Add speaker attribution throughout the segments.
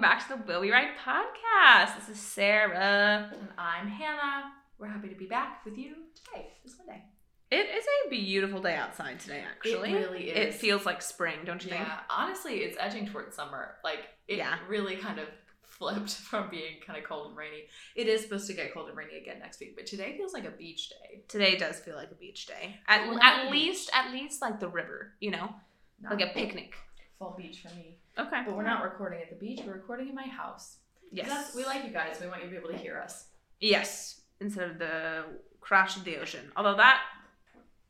Speaker 1: back to the Will We Ride podcast. This is Sarah.
Speaker 2: And I'm Hannah. We're happy to be back with you today, this Monday.
Speaker 1: It is a beautiful day outside today, actually.
Speaker 2: it really
Speaker 1: It
Speaker 2: is.
Speaker 1: feels like spring, don't you think?
Speaker 2: Yeah, honestly, it's edging towards summer. Like, it
Speaker 1: Yeah.
Speaker 2: really kind of flipped from being kind of cold and rainy. It is supposed to get cold and rainy again next week, but today feels like a beach day.
Speaker 1: Today does feel like a beach day. At,
Speaker 2: Like
Speaker 1: at
Speaker 2: a
Speaker 1: least, at least like the river, you know,
Speaker 2: Not
Speaker 1: like a picnic.
Speaker 2: full beach for me.
Speaker 1: Okay.
Speaker 2: But we're not recording at the beach, we're recording in my house.
Speaker 1: Yes.
Speaker 2: That's- we like you guys. We want you to be able to hear us.
Speaker 1: Yes. Instead of the crash of the ocean. Although that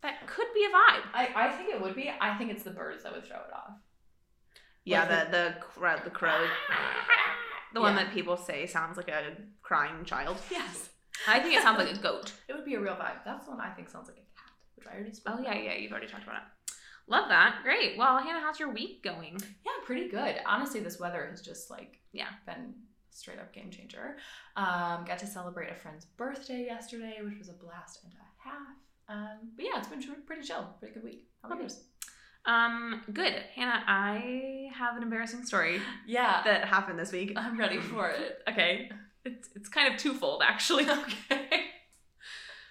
Speaker 1: that could be a vibe.
Speaker 2: I, I think it would be. I think it's the birds that would throw it off.
Speaker 1: Yeah, the
Speaker 2: Like
Speaker 1: the crow, the crow, the one
Speaker 2: Yeah.
Speaker 1: that people say sounds like a crying child.
Speaker 2: Yes.
Speaker 1: I think it sounds like a goat.
Speaker 2: It would be a real vibe. That's the one I think sounds like a cat, which I already spoke
Speaker 1: Oh yeah,
Speaker 2: about.
Speaker 1: yeah, you've already talked about it. Love that. Great. Well, Hannah, how's your week going?
Speaker 2: Yeah, pretty good. Honestly, this weather has just like
Speaker 1: Yeah.
Speaker 2: been straight up game changer. Um, got to celebrate a friend's birthday yesterday, which was a blast and a half. Um, but yeah, it's been tr- pretty chill, pretty good week. How about
Speaker 1: Lovely.
Speaker 2: yours?
Speaker 1: Um, good. Hannah, I have an embarrassing story
Speaker 2: Yeah,
Speaker 1: that happened this week.
Speaker 2: I'm ready for it.
Speaker 1: Okay. It's it's kind of twofold actually. Okay.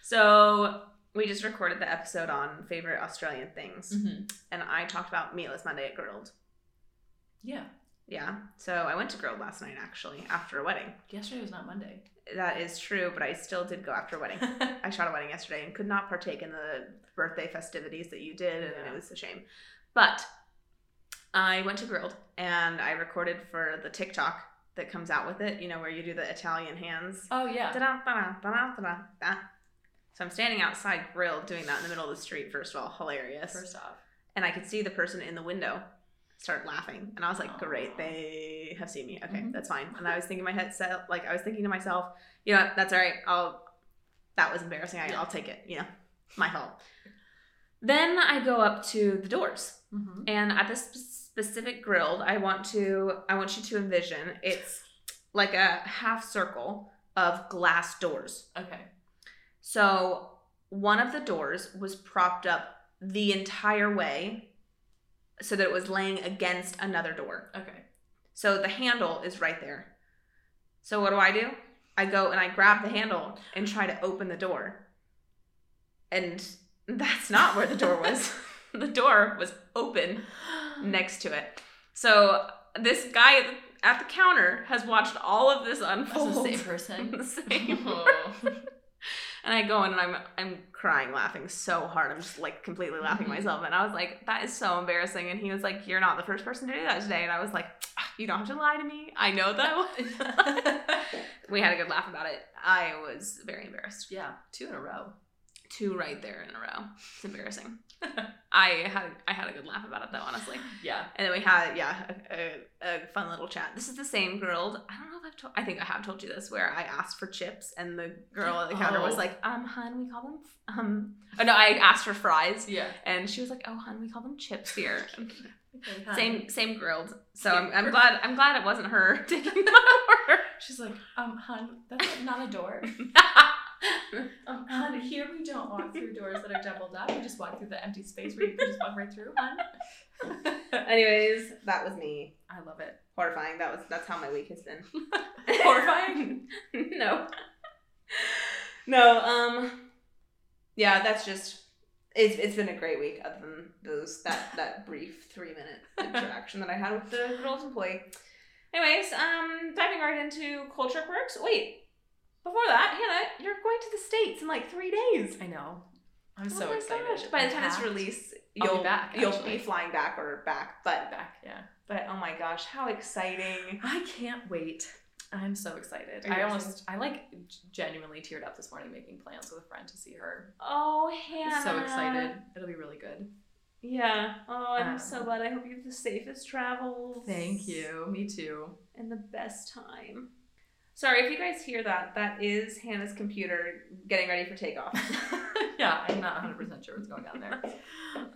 Speaker 1: So we just recorded the episode on favorite Australian things,
Speaker 2: Mm-hmm.
Speaker 1: and I talked about meatless Monday at Grilled.
Speaker 2: Yeah,
Speaker 1: Yeah. So I went to Grilled last night actually after a wedding.
Speaker 2: yesterday was not Monday.
Speaker 1: That is true, but I still did go after a wedding. I shot a wedding yesterday and could not partake in the birthday festivities that you did, and
Speaker 2: Yeah.
Speaker 1: it was a shame. But I went to Grilled and I recorded for the TikTok that comes out with it, you know, where you do the Italian hands.
Speaker 2: oh yeah,
Speaker 1: Da-da, da-da, da-da, da-da, da. So I'm standing outside Grilled doing that in the middle of the street, first of all, hilarious.
Speaker 2: first off.
Speaker 1: And I could see the person in the window start laughing. And I was like, great,
Speaker 2: Aw.
Speaker 1: they have seen me. Okay,
Speaker 2: Mhm.
Speaker 1: that's fine. And I was thinking in my head, so, like, I was thinking to myself, you know, what, that's all right. I'll, that was embarrassing. I,
Speaker 2: Yeah.
Speaker 1: I'll take it. You know, my fault. Then I go up to the doors.
Speaker 2: Mm-hmm.
Speaker 1: And at this sp- specific grilled, I want to I want you to envision it's like a half circle of glass doors.
Speaker 2: Okay.
Speaker 1: So one of the doors was propped up the entire way so that it was laying against another door.
Speaker 2: Okay.
Speaker 1: So the handle is right there. So what do I do? I go and I grab the handle and try to open the door. And that's not where the door was. the door was open next to it. So this guy at the- at the counter has watched all of this
Speaker 2: That's the
Speaker 1: unfold.
Speaker 2: same person.
Speaker 1: The same. and I go in and I'm I'm crying, laughing so hard. I'm just like completely laughing
Speaker 2: Mhm.
Speaker 1: myself. And I was like, that is so embarrassing. And he was like, you're not the first person to do that today. And I was like, "Ah, you don't have to lie to me. I know that. one." we had a good laugh about it. I was very embarrassed.
Speaker 2: yeah, two in a row.
Speaker 1: Two right there in a row. It's embarrassing. I had I had a good laugh about it though, honestly.
Speaker 2: Yeah.
Speaker 1: And then we had, yeah, a, a, a fun little chat. This is the same girl. I don't know if I've told. I think I have told you this, where I asked for chips, and the girl at the counter was
Speaker 2: Oh.
Speaker 1: like, "Um, hun, we call them." f- Um, oh no, I asked for fries,
Speaker 2: Yeah.
Speaker 1: and she was like, "Oh, hun, we call them chips here."
Speaker 2: Okay, hi.
Speaker 1: same, same grilled. So I'm,
Speaker 2: Same
Speaker 1: I'm
Speaker 2: girl.
Speaker 1: glad. I'm glad it wasn't her taking my order.
Speaker 2: She's like, um, hun, that's not a door. Um, hun, here we don't walk through doors that are doubled up. We just walk through the empty space where you can just walk right through, hun.
Speaker 1: Anyways, that was me.
Speaker 2: I love it.
Speaker 1: Horrifying. That was. That's how my week has been.
Speaker 2: Horrifying?
Speaker 1: no. No, um yeah, that's just it's it's been a great week other than those that that brief 3 minute interaction that I had with the girls employee. Anyways, um diving right into culture quirks. Wait. Before that, Hannah, you're going to the states in like 3 days.
Speaker 2: I know. I'm
Speaker 1: Oh
Speaker 2: so
Speaker 1: my
Speaker 2: excited.
Speaker 1: gosh. By the time
Speaker 2: Packed.
Speaker 1: it's released,
Speaker 2: I'll be
Speaker 1: you'll
Speaker 2: back,
Speaker 1: you'll
Speaker 2: actually.
Speaker 1: be flying back or back, but
Speaker 2: back, yeah.
Speaker 1: but oh my gosh, how exciting.
Speaker 2: I can't wait. I'm so excited.
Speaker 1: Are you
Speaker 2: I almost, I like genuinely teared up this morning making plans with a friend to see her.
Speaker 1: Oh, Hannah.
Speaker 2: So excited. It'll be really good.
Speaker 1: Yeah. Oh, I'm
Speaker 2: Um,
Speaker 1: so glad. I hope you have the safest travels.
Speaker 2: Thank you. Me too.
Speaker 1: And the best time. Sorry if you guys hear that. That is Hannah's computer getting ready for takeoff.
Speaker 2: yeah, I'm not 100% sure what's going on there.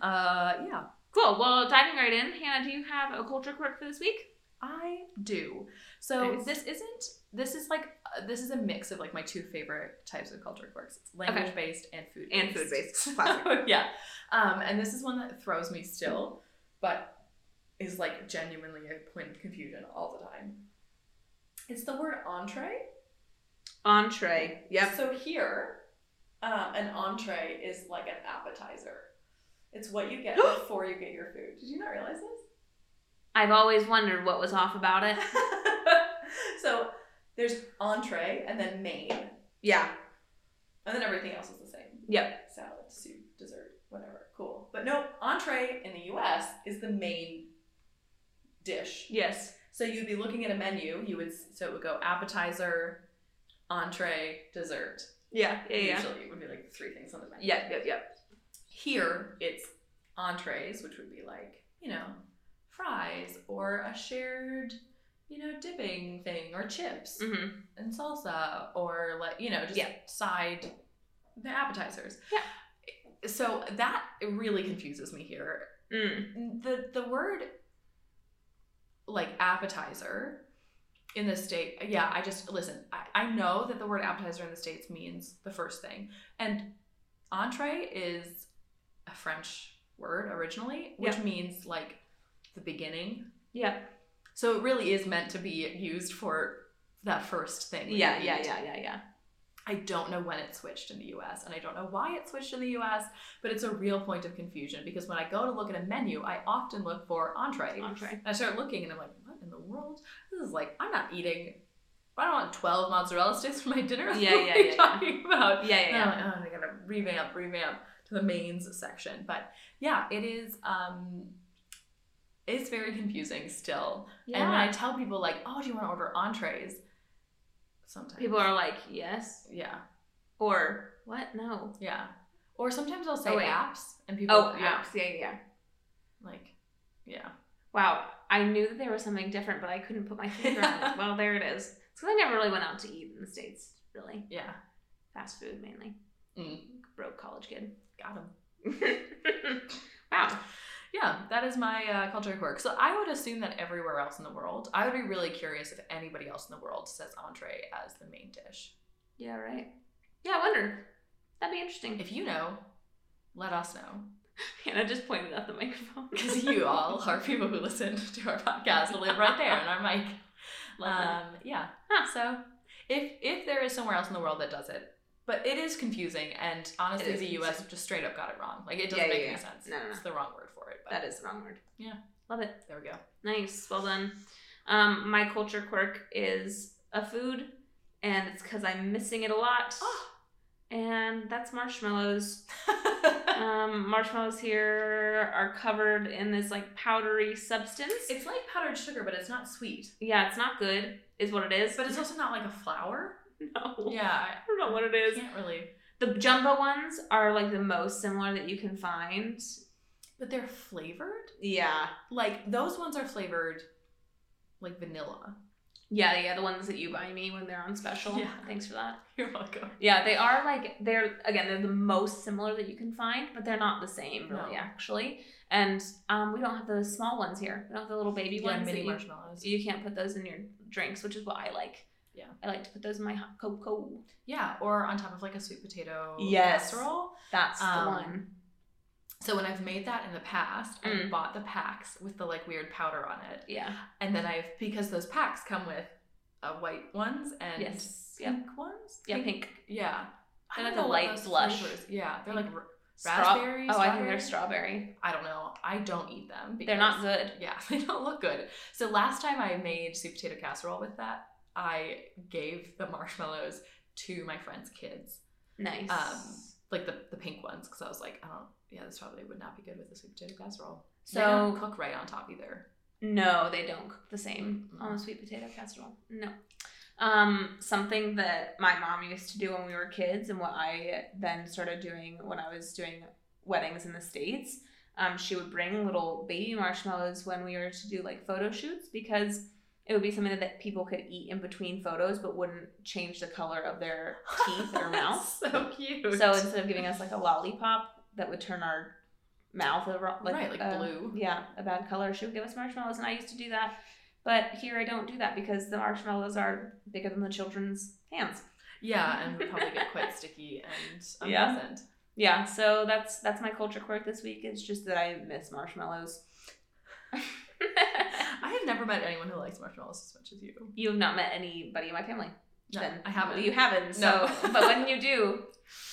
Speaker 2: Uh, yeah,
Speaker 1: cool. Well, diving right in, Hannah, do you have a culture quirk for this week?
Speaker 2: I do. So
Speaker 1: Nice.
Speaker 2: this isn't, this is like, uh, this is a mix of like my two favorite types of culture quirks. It's language-based and food-based.
Speaker 1: And food-based. Classic.
Speaker 2: yeah. Um, and this is one that throws me still, but is like genuinely a point of confusion all the time. It's the word entree.
Speaker 1: Entree. Yep.
Speaker 2: So here, um, an entree is like an appetizer. It's what you get before you get your food. Did you not realize this?
Speaker 1: I've always wondered what was off about it.
Speaker 2: so there's entree and then main,
Speaker 1: Yeah.
Speaker 2: and then everything else is the same.
Speaker 1: Yep.
Speaker 2: Salad, soup, dessert, whatever. Cool. But no, entree in the US is the main dish.
Speaker 1: Yes.
Speaker 2: So you'd be looking at a menu, you would so it would go appetizer, entree, dessert.
Speaker 1: Yeah. Yeah. Yeah.
Speaker 2: Usually it would be like three things on the menu.
Speaker 1: Yep. Yep. Yep.
Speaker 2: Here it's entrees, which would be like, you know, fries or a shared, you know, dipping thing or chips.
Speaker 1: Mm-hmm.
Speaker 2: and salsa or like you know just
Speaker 1: Yeah.
Speaker 2: side the appetizers
Speaker 1: Yeah.
Speaker 2: so that really confuses me here
Speaker 1: Mm.
Speaker 2: the the word like appetizer in the state yeah i just listen I, I know that the word appetizer in the states means the first thing and entree is a french word originally which
Speaker 1: Yeah.
Speaker 2: means like the beginning
Speaker 1: Yeah.
Speaker 2: so it really is meant to be used for that first thing that you
Speaker 1: Yeah. Yeah.
Speaker 2: eat.
Speaker 1: Yeah. Yeah. Yeah.
Speaker 2: I don't know when it switched in the US and I don't know why it switched in the US, but it's a real point of confusion because when I go to look at a menu, I often look for entree.
Speaker 1: Entree.
Speaker 2: I start looking and I'm like, what in the world? This is like, I'm not eating, I don't want 12 mozzarella sticks for my dinner.
Speaker 1: Yeah,
Speaker 2: What
Speaker 1: yeah,
Speaker 2: are you
Speaker 1: yeah, yeah.
Speaker 2: talking about?
Speaker 1: Yeah. Yeah.
Speaker 2: And
Speaker 1: yeah.
Speaker 2: I'm like, oh, I gotta revamp, revamp to the mains section. But yeah, it is, um, it's very confusing still.
Speaker 1: Oh,
Speaker 2: And when I tell people like, oh, do you want to order entrees? Sometimes.
Speaker 1: People are like, yes.
Speaker 2: yeah.
Speaker 1: Or what? No.
Speaker 2: Yeah. Or sometimes I'll say
Speaker 1: Oh, wait.
Speaker 2: apps and people
Speaker 1: Oh,
Speaker 2: yeah,
Speaker 1: apps. Yeah. Yeah. yeah.
Speaker 2: like yeah.
Speaker 1: Wow. I knew that there was something different, but I couldn't put my finger on it. Well, there it is. It's because I never really went out to eat in the States, really.
Speaker 2: Yeah.
Speaker 1: Fast food mainly.
Speaker 2: Mm.
Speaker 1: Broke college kid.
Speaker 2: Got them.
Speaker 1: wow.
Speaker 2: Yeah, that is my uh, culture quirk. So I would assume that everywhere else in the world, I would be really curious if anybody else in the world says entree as the main dish.
Speaker 1: Yeah, right. Yeah, I wonder. That'd be interesting.
Speaker 2: If you know, let us know.
Speaker 1: Hannah just pointed at the microphone.
Speaker 2: Because you all are people who listen to our podcast and live right there in our mic.
Speaker 1: Love
Speaker 2: Um, yeah.
Speaker 1: Huh.
Speaker 2: So if if there is somewhere else in the world that does it, but it is confusing, and honestly,
Speaker 1: It is
Speaker 2: the U.S. just straight up got it wrong. Like it doesn't
Speaker 1: Yeah,
Speaker 2: make
Speaker 1: yeah,
Speaker 2: any
Speaker 1: yeah.
Speaker 2: sense.
Speaker 1: No, no, no.
Speaker 2: It's the wrong word for it. But
Speaker 1: that is the wrong word.
Speaker 2: Yeah.
Speaker 1: Love it.
Speaker 2: there we go.
Speaker 1: Nice. Well done. Um, my culture quirk is a food, and it's because I'm missing it a lot.
Speaker 2: Oh.
Speaker 1: And that's marshmallows. um, marshmallows here are covered in this like powdery substance.
Speaker 2: it's like powdered sugar, but it's not sweet.
Speaker 1: yeah, it's not good, is what it is.
Speaker 2: But it's also not like a flour.
Speaker 1: no,
Speaker 2: Yeah, I-
Speaker 1: I don't know what it
Speaker 2: I
Speaker 1: is.
Speaker 2: can't really.
Speaker 1: The jumbo ones are like the most similar that you can find.
Speaker 2: But they're flavored.
Speaker 1: Yeah.
Speaker 2: Like those ones are flavored, like vanilla.
Speaker 1: Yeah, yeah, the ones that you buy me when they're on special.
Speaker 2: Yeah.
Speaker 1: Thanks for that.
Speaker 2: You're welcome.
Speaker 1: Yeah, they are like they're again they're the most similar that you can find, but they're not the same really
Speaker 2: No.
Speaker 1: actually. And um, we don't have the small ones here. We don't have the little baby
Speaker 2: Yeah,
Speaker 1: ones.
Speaker 2: mini
Speaker 1: that you,
Speaker 2: marshmallows.
Speaker 1: you can't put those in your drinks, which is what I like.
Speaker 2: Yeah.
Speaker 1: I like to put those in my hot cocoa.
Speaker 2: Yeah, or on top of like a sweet potato
Speaker 1: Yes.
Speaker 2: casserole.
Speaker 1: That's
Speaker 2: Um,
Speaker 1: the one.
Speaker 2: So when I've made that in the past, I've
Speaker 1: Mm.
Speaker 2: bought the packs with the like weird powder on it,
Speaker 1: Yeah.
Speaker 2: and then I've because those packs come with uh, white ones and
Speaker 1: yes. Yep.
Speaker 2: pink ones.
Speaker 1: Yeah. Pink.
Speaker 2: Yeah,
Speaker 1: They're
Speaker 2: I
Speaker 1: like
Speaker 2: don't
Speaker 1: a
Speaker 2: know what
Speaker 1: light
Speaker 2: those
Speaker 1: blush.
Speaker 2: flavors- Yeah, they're like r-
Speaker 1: Straw-
Speaker 2: raspberry.
Speaker 1: oh, I think
Speaker 2: strawberry?
Speaker 1: they're strawberry.
Speaker 2: I don't know. I don't eat them. Because,
Speaker 1: They're not good.
Speaker 2: Yeah, they don't look good. So last time I made sweet potato casserole with that, I gave the marshmallows to my friend's kids.
Speaker 1: Nice.
Speaker 2: Um, like the, the pink ones because I was like, I don't, yeah, this probably would not be good with the sweet potato casserole. So
Speaker 1: They don't
Speaker 2: cook right on top either.
Speaker 1: No, they don't cook the same
Speaker 2: Mm-mm.
Speaker 1: on a sweet potato casserole. No. Um, something that my mom used to do when we were kids, and what I then started doing when I was doing weddings in the States, um, she would bring little baby marshmallows when we were to do like photo shoots because it would be something that people could eat in between photos but wouldn't change the color of their teeth or mouth.
Speaker 2: so cute.
Speaker 1: So instead of giving us like a lollipop that would turn our mouth a ro- like,
Speaker 2: right, like
Speaker 1: uh,
Speaker 2: blue.
Speaker 1: yeah, a bad color. She would give us marshmallows, and I used to do that. But here I don't do that because the marshmallows are bigger than the children's hands.
Speaker 2: Yeah, and would probably get quite sticky and
Speaker 1: Yeah.
Speaker 2: unpleasant.
Speaker 1: Yeah, so that's that's my culture quirk this week. It's just that I miss marshmallows.
Speaker 2: I have never met anyone who likes marshmallows as much as you.
Speaker 1: You've not met anybody in my family.
Speaker 2: No,
Speaker 1: then.
Speaker 2: I haven't.
Speaker 1: You haven't.
Speaker 2: No.
Speaker 1: So, but when you do,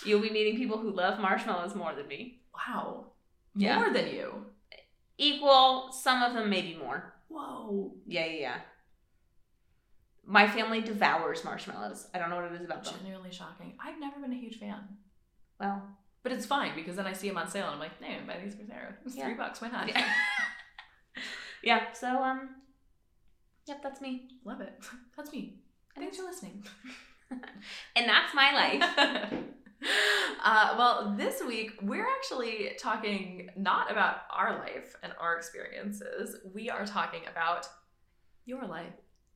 Speaker 1: you'll be meeting people who love marshmallows more than me.
Speaker 2: Wow.
Speaker 1: Yeah.
Speaker 2: More than you.
Speaker 1: Equal, some of them maybe more.
Speaker 2: Whoa.
Speaker 1: Yeah, yeah, yeah. My family devours marshmallows. I don't know what it is about them.
Speaker 2: Genuinely shocking. I've never been a huge fan.
Speaker 1: Well,
Speaker 2: But it's fine because then I see them on sale and I'm like, no, buy these for Sarah. It's
Speaker 1: Yeah.
Speaker 2: three bucks. Why not?
Speaker 1: Yeah. yeah. So, um, yep, that's me,
Speaker 2: Love it. That's me. Thanks for listening.
Speaker 1: and that's my life.
Speaker 2: uh, well, this week we're actually talking not about our life and our experiences. We are talking about your life,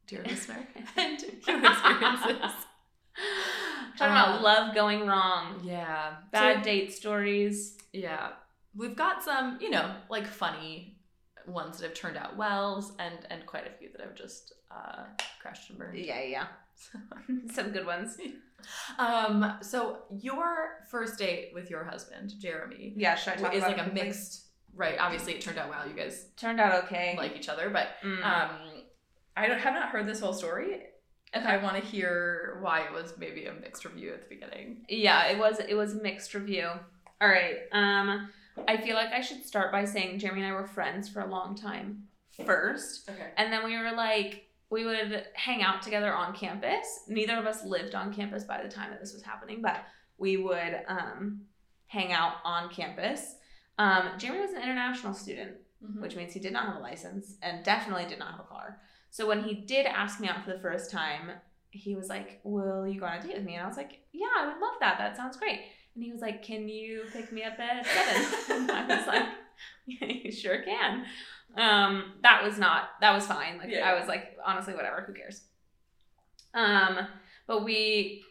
Speaker 2: dear listener, and your experiences.
Speaker 1: Talking
Speaker 2: Uh,
Speaker 1: about love going wrong,
Speaker 2: Yeah.
Speaker 1: Um, bad
Speaker 2: So-
Speaker 1: date stories.
Speaker 2: yeah. We've got some, you know, like funny ones that have turned out wells and and quite a few that have just uh, crashed and burned.
Speaker 1: Yeah, yeah. Some good ones.
Speaker 2: Um, so your first date with your husband, Jeremy,
Speaker 1: Yeah, should I talk
Speaker 2: is
Speaker 1: about
Speaker 2: like
Speaker 1: it
Speaker 2: a
Speaker 1: quickly?
Speaker 2: mixed right, obviously it turned out well, you guys
Speaker 1: Turned out okay.
Speaker 2: like each other, but
Speaker 1: Mm.
Speaker 2: um I don't have not heard this whole story. And I want to hear why it was maybe a mixed review at the beginning.
Speaker 1: yeah, it was it was a mixed review. All right. Um, I feel like I should start by saying Jeremy and I were friends for a long time first,
Speaker 2: Okay.
Speaker 1: and then we were like we would hang out together on campus. Neither of us lived on campus by the time that this was happening, but we would um, hang out on campus. Um, Jeremy was an international student,
Speaker 2: Mm-hmm.
Speaker 1: which means he did not have a license and definitely did not have a car. So when he did ask me out for the first time, he was like, Will you go on a date with me? And I was like, Yeah, I would love that. That sounds great. And he was like, Can you pick me up at seven? and I was like, You sure can. Um, that was not that was fine. Like
Speaker 2: Yeah.
Speaker 1: I was like, honestly, whatever, who cares? Um, but we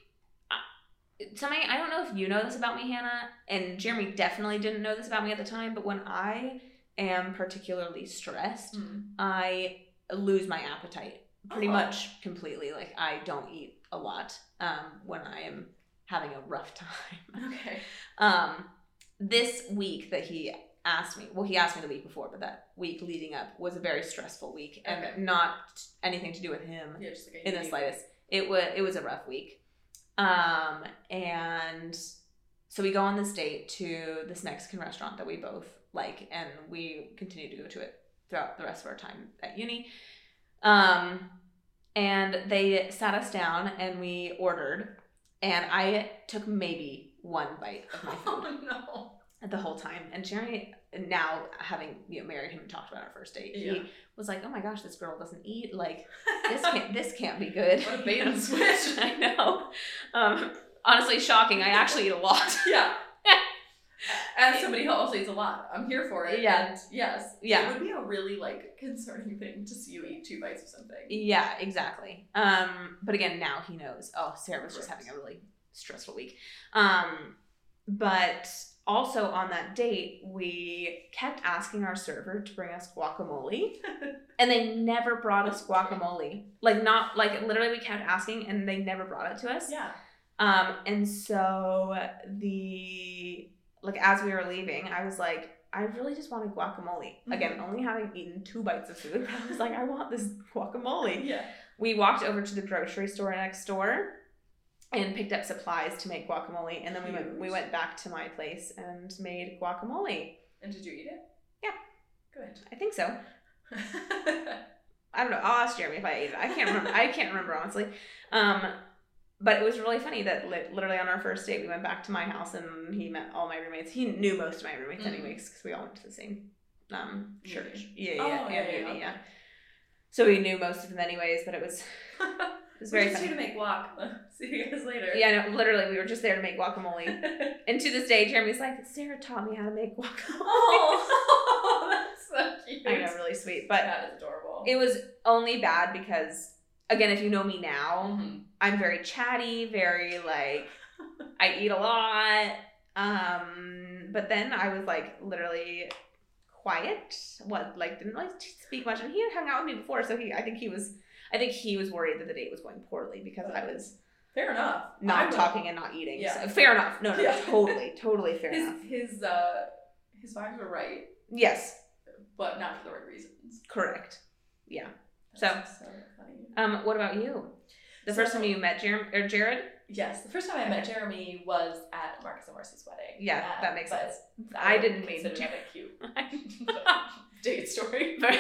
Speaker 1: somebody I don't know if you know this about me, Hannah, and Jeremy definitely didn't know this about me at the time, but when I am particularly stressed,
Speaker 2: Mm.
Speaker 1: I lose my appetite pretty
Speaker 2: Oh.
Speaker 1: much completely. Like I don't eat a lot um, when I am having a rough time.
Speaker 2: Okay.
Speaker 1: Um, this week that he asked me, well, he asked me the week before, but that week leading up was a very stressful week and
Speaker 2: Okay.
Speaker 1: not anything to do with him
Speaker 2: Yeah, just like
Speaker 1: in the slightest. It was it was a rough week, um, and so we go on this date to this Mexican restaurant that we both like, and we continue to go to it throughout the rest of our time at uni. Um, and they sat us down and we ordered, and I took maybe one bite of my food
Speaker 2: Oh no.
Speaker 1: the whole time. And Jeremy, now having you know, married him and talked about our first date,
Speaker 2: Yeah.
Speaker 1: he was like, "Oh my gosh, this girl doesn't eat. Like, this can't this can't be good."
Speaker 2: What a bait and switch.
Speaker 1: I know. Um, honestly, shocking. I actually eat a lot.
Speaker 2: Yeah. As somebody who also eats a lot, I'm here for it.
Speaker 1: Yeah.
Speaker 2: And yes.
Speaker 1: Yeah.
Speaker 2: It would be a really like concerning thing to see you eat two bites of something.
Speaker 1: Yeah, exactly. Um, but again, now he knows. Oh, Sarah was just
Speaker 2: Correct.
Speaker 1: having a really stressful week. Um, but also on that date, we kept asking our server to bring us guacamole, and they never brought us guacamole. Like not like literally, we kept asking, and they never brought it to us.
Speaker 2: Yeah.
Speaker 1: Um, and so the like as we were leaving, I was like, I really just wanted guacamole. Again, only having eaten two bites of food, but I was like, I want this guacamole.
Speaker 2: Yeah.
Speaker 1: We walked over to the grocery store next door and picked up supplies to make guacamole, and then we went we
Speaker 2: Huge.
Speaker 1: went back to my place and made guacamole.
Speaker 2: And did you eat it?
Speaker 1: Yeah.
Speaker 2: Good.
Speaker 1: I think so. I don't know. I'll ask Jeremy if I ate it. I can't remember. I can't remember honestly. Um, but it was really funny that li- literally on our first date, we went back to my house and he met all my roommates. He knew most of my roommates
Speaker 2: Mhm.
Speaker 1: anyways because we all went to the same um,
Speaker 2: Uni.
Speaker 1: church. Yeah, yeah,
Speaker 2: Oh, yeah,
Speaker 1: and
Speaker 2: yeah,
Speaker 1: uni,
Speaker 2: okay.
Speaker 1: yeah. So we knew most of them anyways. But it was it was
Speaker 2: Very
Speaker 1: very
Speaker 2: we should
Speaker 1: funny.
Speaker 2: to make walk. See you guys later.
Speaker 1: Yeah, no, literally, we were just there to make guacamole. and to this day, Jeremy's like, Sarah taught me how to make guacamole.
Speaker 2: oh, that's so cute.
Speaker 1: I know, really sweet. But
Speaker 2: that is adorable.
Speaker 1: it was only bad because, again, if you know me now,
Speaker 2: Mhm.
Speaker 1: I'm very chatty, very like I eat a lot. Um, but then I was like literally quiet. What like didn't like speak much, and he had hung out with me before, so he I think he was I think he was worried that the date was going poorly because I was
Speaker 2: Fair enough. I
Speaker 1: not
Speaker 2: would-
Speaker 1: talking and not eating.
Speaker 2: Yeah.
Speaker 1: So, fair enough. No, no,
Speaker 2: Yeah.
Speaker 1: totally, totally fair
Speaker 2: His
Speaker 1: enough.
Speaker 2: his uh his vibes were right,
Speaker 1: Yes,
Speaker 2: but not for the right reasons.
Speaker 1: correct. yeah.
Speaker 2: That's funny.
Speaker 1: Um, what about you? The first
Speaker 2: So-
Speaker 1: time you met Jerem or Jared?
Speaker 2: Yes, the first time I met Jeremy was at Marcus and Marcy's wedding.
Speaker 1: Yeah,
Speaker 2: Um,
Speaker 1: that makes
Speaker 2: but
Speaker 1: sense. I
Speaker 2: don't
Speaker 1: didn't mean
Speaker 2: consider
Speaker 1: to.
Speaker 2: that a cute date story.
Speaker 1: But-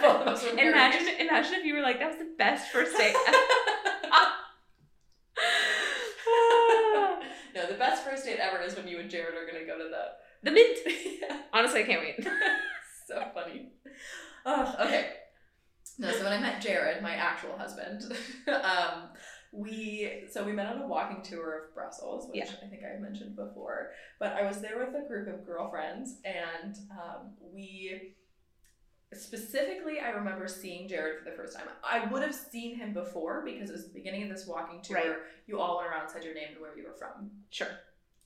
Speaker 2: Both of us were married.
Speaker 1: Imagine, imagine if you were like, that was the best first date. ever."
Speaker 2: no, the best first date ever is when you and Jared are gonna go to the.
Speaker 1: the mint.
Speaker 2: yeah,
Speaker 1: Honestly, I can't wait.
Speaker 2: so funny. Oh, okay. No, so when I met Jared, my actual husband, um, we so we met on a walking tour of Brussels, which
Speaker 1: Yeah.
Speaker 2: I think I mentioned before. But I was there with a group of girlfriends, and um, we specifically I remember seeing Jared for the first time. I would have seen him before because it was the beginning of this walking tour.
Speaker 1: Right.
Speaker 2: You all went around, said your name and where you were from,
Speaker 1: Sure.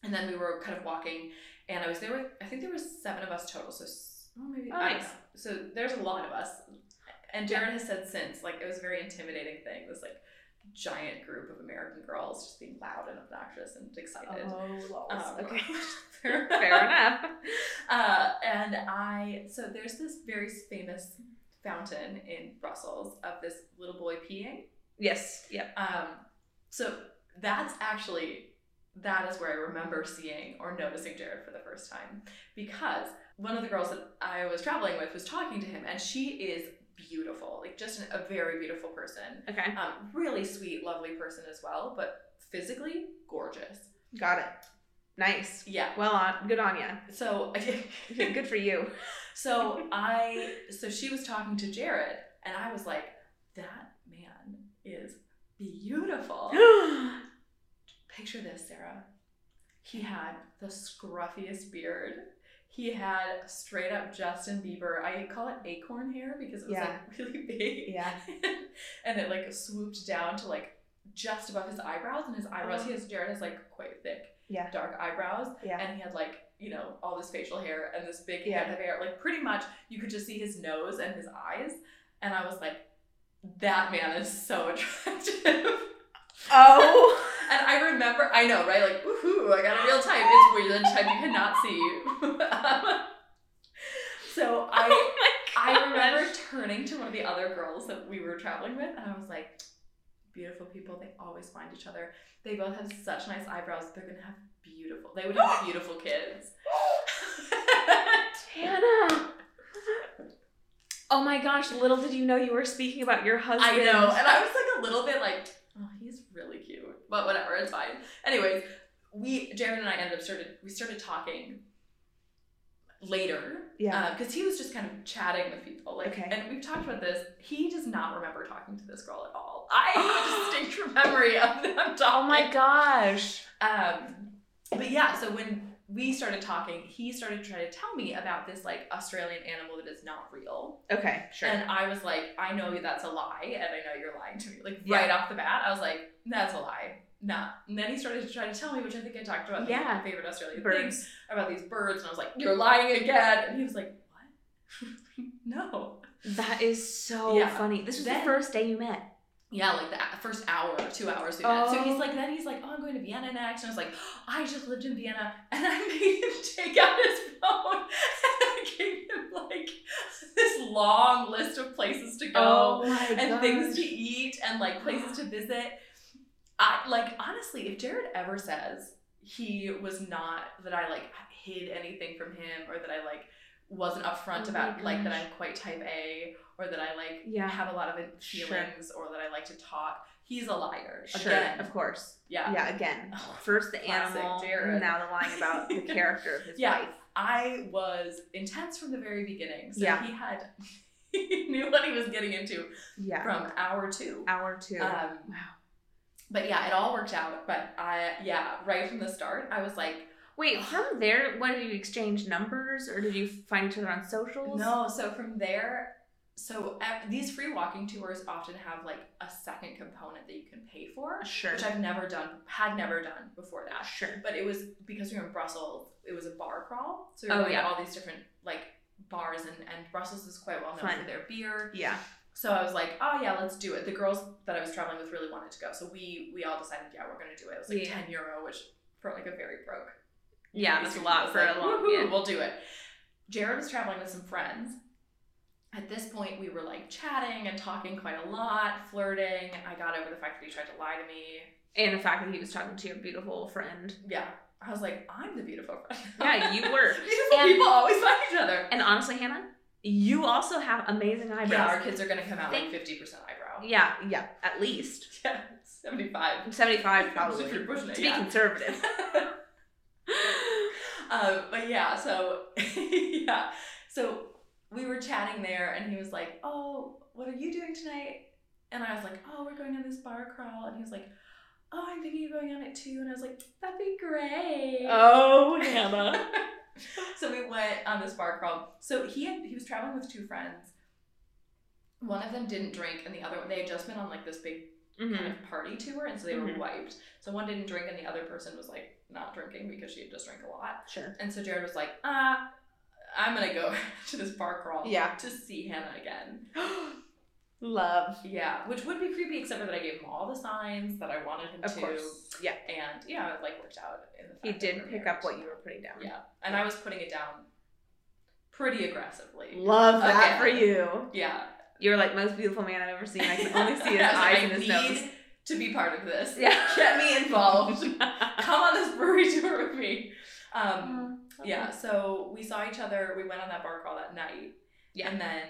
Speaker 2: and then we were kind of walking and i was there with i think there was seven of us total so s- oh, maybe
Speaker 1: Oh,
Speaker 2: I don't
Speaker 1: nice.
Speaker 2: know. so there's a lot of us and jared has said since like it was a very intimidating thing this like giant group of american girls just being loud and obnoxious and excited Um,
Speaker 1: okay.
Speaker 2: fair
Speaker 1: Oh, Fair enough.
Speaker 2: uh, and I so there's this very famous fountain in brussels of this little boy peeing
Speaker 1: Yes. Yep.
Speaker 2: um, so that's actually that is where I remember seeing or noticing Jared for the first time because one of the girls that I was traveling with was talking to him, and she is beautiful, like just an, a very beautiful person,
Speaker 1: Okay.
Speaker 2: um, really sweet, lovely person as well, but physically gorgeous.
Speaker 1: Got it. Nice.
Speaker 2: Yeah.
Speaker 1: Well on. Good on ya.
Speaker 2: So
Speaker 1: Good for you.
Speaker 2: So I so she was talking to Jared and I was like, that man is beautiful. Picture this, Sarah. He had the scruffiest beard. He had straight up Justin Bieber. I call it acorn hair because it was
Speaker 1: Yeah.
Speaker 2: like really big.
Speaker 1: yeah.
Speaker 2: and it like swooped down to like just above his eyebrows. And his
Speaker 1: Oh.
Speaker 2: eyebrows, he has Jared has like quite thick,
Speaker 1: Yeah.
Speaker 2: dark eyebrows
Speaker 1: Yeah.
Speaker 2: and he had like you know all this facial hair and this big
Speaker 1: Yeah.
Speaker 2: head of hair like pretty much you could just see his nose and his eyes and i was like that man is so attractive and
Speaker 1: Oh.
Speaker 2: i remember i know right like woohoo i got a real type it's weird the type you cannot see so i
Speaker 1: oh my
Speaker 2: i
Speaker 1: gosh.
Speaker 2: remember turning to one of the other girls that we were traveling with and i was like beautiful people they always find each other they both have such nice eyebrows they're gonna have beautiful they would have beautiful kids
Speaker 1: Hannah. Oh my gosh, little did you know you were speaking about your husband.
Speaker 2: I know, and I was like a little bit like, oh, he's really cute, but whatever, it's fine. Anyways, we Jared and I ended up started we started talking later,
Speaker 1: Yeah.
Speaker 2: because he was just kind of chatting with people, like,
Speaker 1: Okay.
Speaker 2: and we've talked about this. He does not remember talking to this girl at all. I have a distinct memory of them talking.
Speaker 1: Oh my gosh.
Speaker 2: Um, but yeah, so when we started talking, he started trying to tell me about this like Australian animal that is not real.
Speaker 1: Okay, sure.
Speaker 2: And I was like, I know that's a lie, and I know you're lying to me. Like
Speaker 1: Yeah.
Speaker 2: right off the bat, I was like, that's a lie. Nah. And then he started to try to tell me, which I think I talked about in
Speaker 1: Yeah.
Speaker 2: my favorite Australian things
Speaker 1: Birds.
Speaker 2: about these birds, and I was like, you're lying again. And he was like, what? no.
Speaker 1: That is so
Speaker 2: Yeah.
Speaker 1: funny. This was
Speaker 2: Then-
Speaker 1: the first day you met.
Speaker 2: Yeah, like the a- first hour or two hours we met. So
Speaker 1: Oh.
Speaker 2: he's like, then he's like, oh, I'm going to Vienna next. And I was like, I just lived in Vienna, and I made him take out his phone, and I gave him like this long list of places to go.
Speaker 1: Oh my
Speaker 2: and things to eat and like places to visit. I like honestly, if Jared ever says he was not that I like hid anything from him or that I like wasn't upfront
Speaker 1: Oh my
Speaker 2: about like that
Speaker 1: gosh.
Speaker 2: I'm quite type A or that I like
Speaker 1: Yeah.
Speaker 2: have a lot of
Speaker 1: Sure.
Speaker 2: feelings or that I like to talk, he's a liar.
Speaker 1: Sure,
Speaker 2: Again.
Speaker 1: of course.
Speaker 2: Yeah.
Speaker 1: Yeah, again.
Speaker 2: Oh,
Speaker 1: First the
Speaker 2: classic
Speaker 1: animal,
Speaker 2: Jared.
Speaker 1: now the lying about the character of his
Speaker 2: Yeah.
Speaker 1: wife.
Speaker 2: I was intense from the very beginning. So
Speaker 1: Yeah.
Speaker 2: he had he knew what he was getting into
Speaker 1: Yeah.
Speaker 2: from hour two.
Speaker 1: Hour two.
Speaker 2: Um,
Speaker 1: Wow.
Speaker 2: But yeah, it all worked out. But I, yeah, right from the start, I was like,
Speaker 1: Wait, from there, what did you exchange numbers or did you find each other on socials?
Speaker 2: no. So from there, so ev- these free walking tours often have like a second component that you can pay for,
Speaker 1: Sure.
Speaker 2: which I've never done, had never done before that.
Speaker 1: Sure.
Speaker 2: But it was because we were in Brussels, it was a bar crawl. So we were
Speaker 1: Oh,
Speaker 2: going to
Speaker 1: yeah.
Speaker 2: all these different like bars, and, and Brussels is quite well known
Speaker 1: Fun.
Speaker 2: for their beer.
Speaker 1: Yeah.
Speaker 2: So I was like, oh yeah, let's do it. The girls that I was traveling with really wanted to go, so we we all decided, yeah, we're gonna do it. It was like
Speaker 1: Yeah.
Speaker 2: ten euro, which for like a very broke,
Speaker 1: Yeah,
Speaker 2: East
Speaker 1: that's a
Speaker 2: Coast,
Speaker 1: lot
Speaker 2: was
Speaker 1: for a long-
Speaker 2: "Woohoo,
Speaker 1: yeah."
Speaker 2: We'll do it. Jared was traveling with some friends, at this point, we were like chatting and talking quite a lot, flirting. I got over the fact that he tried to lie to me.
Speaker 1: And the fact that he was talking to your beautiful friend.
Speaker 2: Yeah. I was like, I'm the beautiful friend.
Speaker 1: Yeah, you were.
Speaker 2: Beautiful
Speaker 1: And-
Speaker 2: people always find each other.
Speaker 1: And honestly, Hannah, you also have amazing
Speaker 2: Yeah, our
Speaker 1: eyebrows.
Speaker 2: kids are going to come out like
Speaker 1: Thank-
Speaker 2: 50% eyebrow.
Speaker 1: Yeah, yeah, at least.
Speaker 2: Yeah, 75.
Speaker 1: 75
Speaker 2: If
Speaker 1: probably.
Speaker 2: you're pushing it,
Speaker 1: to be
Speaker 2: yeah.
Speaker 1: conservative.
Speaker 2: um, but yeah, so yeah, so we were chatting there, and he was like, "Oh, what are you doing tonight?" And I was like, "Oh, we're going on this bar crawl," and he was like, "Oh, I'm thinking of going on it too," and I was like, "That'd be great."
Speaker 1: Oh,
Speaker 2: so we went on this bar crawl. So he had, he was traveling with two friends. One of them didn't drink, and the other one they had just been on like this big
Speaker 1: hmm
Speaker 2: kind of party to her, and so they
Speaker 1: Mhm.
Speaker 2: were wiped. So one didn't drink, and the other person was like not drinking because she had just drank a lot.
Speaker 1: Sure.
Speaker 2: And so Jared was like, "Ah, I'm gonna go to this bar crawl,
Speaker 1: Yeah.
Speaker 2: to see Hannah again."
Speaker 1: Love.
Speaker 2: Yeah, which would be creepy, except for that I gave him all the signs that I wanted him
Speaker 1: Of
Speaker 2: to,
Speaker 1: course. Yeah.
Speaker 2: and yeah, it like worked out. In the fact
Speaker 1: He
Speaker 2: that
Speaker 1: did
Speaker 2: we're
Speaker 1: pick
Speaker 2: married.
Speaker 1: up what you were putting down.
Speaker 2: Yeah, and I was putting it down pretty aggressively.
Speaker 1: Love that
Speaker 2: Okay.
Speaker 1: for you.
Speaker 2: Yeah,
Speaker 1: You're like most beautiful man I've ever seen. I can only see his eyes
Speaker 2: I
Speaker 1: and his
Speaker 2: need
Speaker 1: nose.
Speaker 2: to be part of this.
Speaker 1: Yeah.
Speaker 2: Get me involved. Come on this brewery tour with me. Um, Yeah, so we saw each other. We went on that bar crawl that night.
Speaker 1: Yeah.
Speaker 2: And then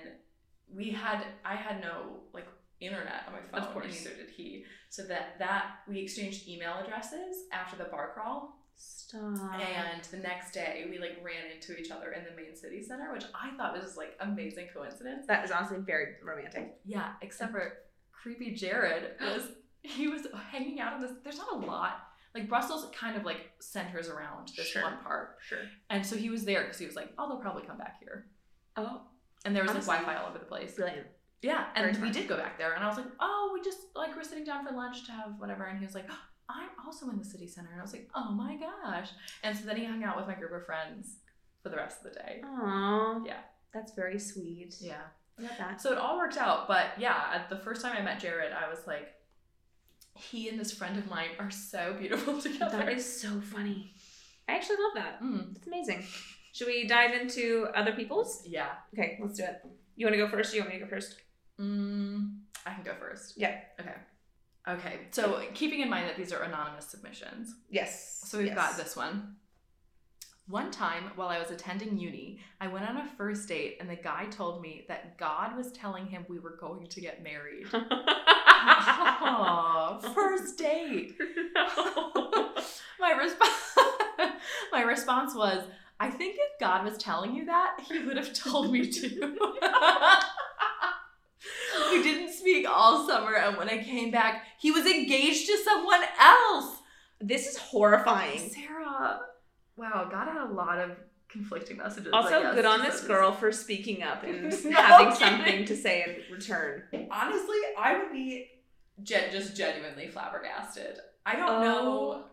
Speaker 2: we had I had no like internet on my phone.
Speaker 1: course.
Speaker 2: And neither did he. So that that we exchanged email addresses after the bar crawl.
Speaker 1: Stop.
Speaker 2: And the next day we like ran into each other in the main city center, which I thought was like amazing coincidence.
Speaker 1: That is honestly very romantic.
Speaker 2: Yeah, except for creepy Jared was he was hanging out in this there's not a lot. Like Brussels kind of like centers around this
Speaker 1: Sure.
Speaker 2: one part.
Speaker 1: Sure.
Speaker 2: And so he was there because he was like, Oh, they'll probably come back here.
Speaker 1: Oh,
Speaker 2: And there was
Speaker 1: Honestly.
Speaker 2: like Wi-Fi all over the place.
Speaker 1: brilliant.
Speaker 2: Yeah,
Speaker 1: Very
Speaker 2: and we
Speaker 1: smart.
Speaker 2: did go back there, and I was like, "Oh, we just like we're sitting down for lunch to have whatever," and he was like, "Oh, "I'm also in the city center," and I was like, "Oh my gosh!" And so then he hung out with my group of friends for the rest of the day.
Speaker 1: Aww.
Speaker 2: Yeah.
Speaker 1: That's very sweet.
Speaker 2: Yeah,
Speaker 1: I love that.
Speaker 2: so it all worked out, but yeah, at the first time I met Jared, I was like, he and this friend of mine are so beautiful together.
Speaker 1: That is so funny. I actually love that.
Speaker 2: Mm,
Speaker 1: It's amazing. Should we dive into other people's?
Speaker 2: yeah.
Speaker 1: Okay, let's do it. You want to go first? Or you want me to go first?
Speaker 2: Mm, I can go first.
Speaker 1: Yeah.
Speaker 2: Okay. Okay. So keeping in mind that these are anonymous submissions.
Speaker 1: Yes.
Speaker 2: So we've
Speaker 1: yes.
Speaker 2: got this one. One time while I was attending uni, I went on a first date and the guy told me that God was telling him we were going to get married. Aw, first date. My response My response was, I think if God was telling you that, he would have told me to. we didn't speak all summer and when I came back, he was engaged to someone else.
Speaker 1: This is horrifying.
Speaker 2: Sarah, wow, God had a lot of conflicting messages. I
Speaker 1: Also,
Speaker 2: guess,
Speaker 1: good on
Speaker 2: to
Speaker 1: this
Speaker 2: send
Speaker 1: girl for speaking up and
Speaker 2: No
Speaker 1: having
Speaker 2: kidding.
Speaker 1: something to say in return.
Speaker 2: Honestly, I would be gen- just genuinely flabbergasted. I don't
Speaker 1: Oh.
Speaker 2: know.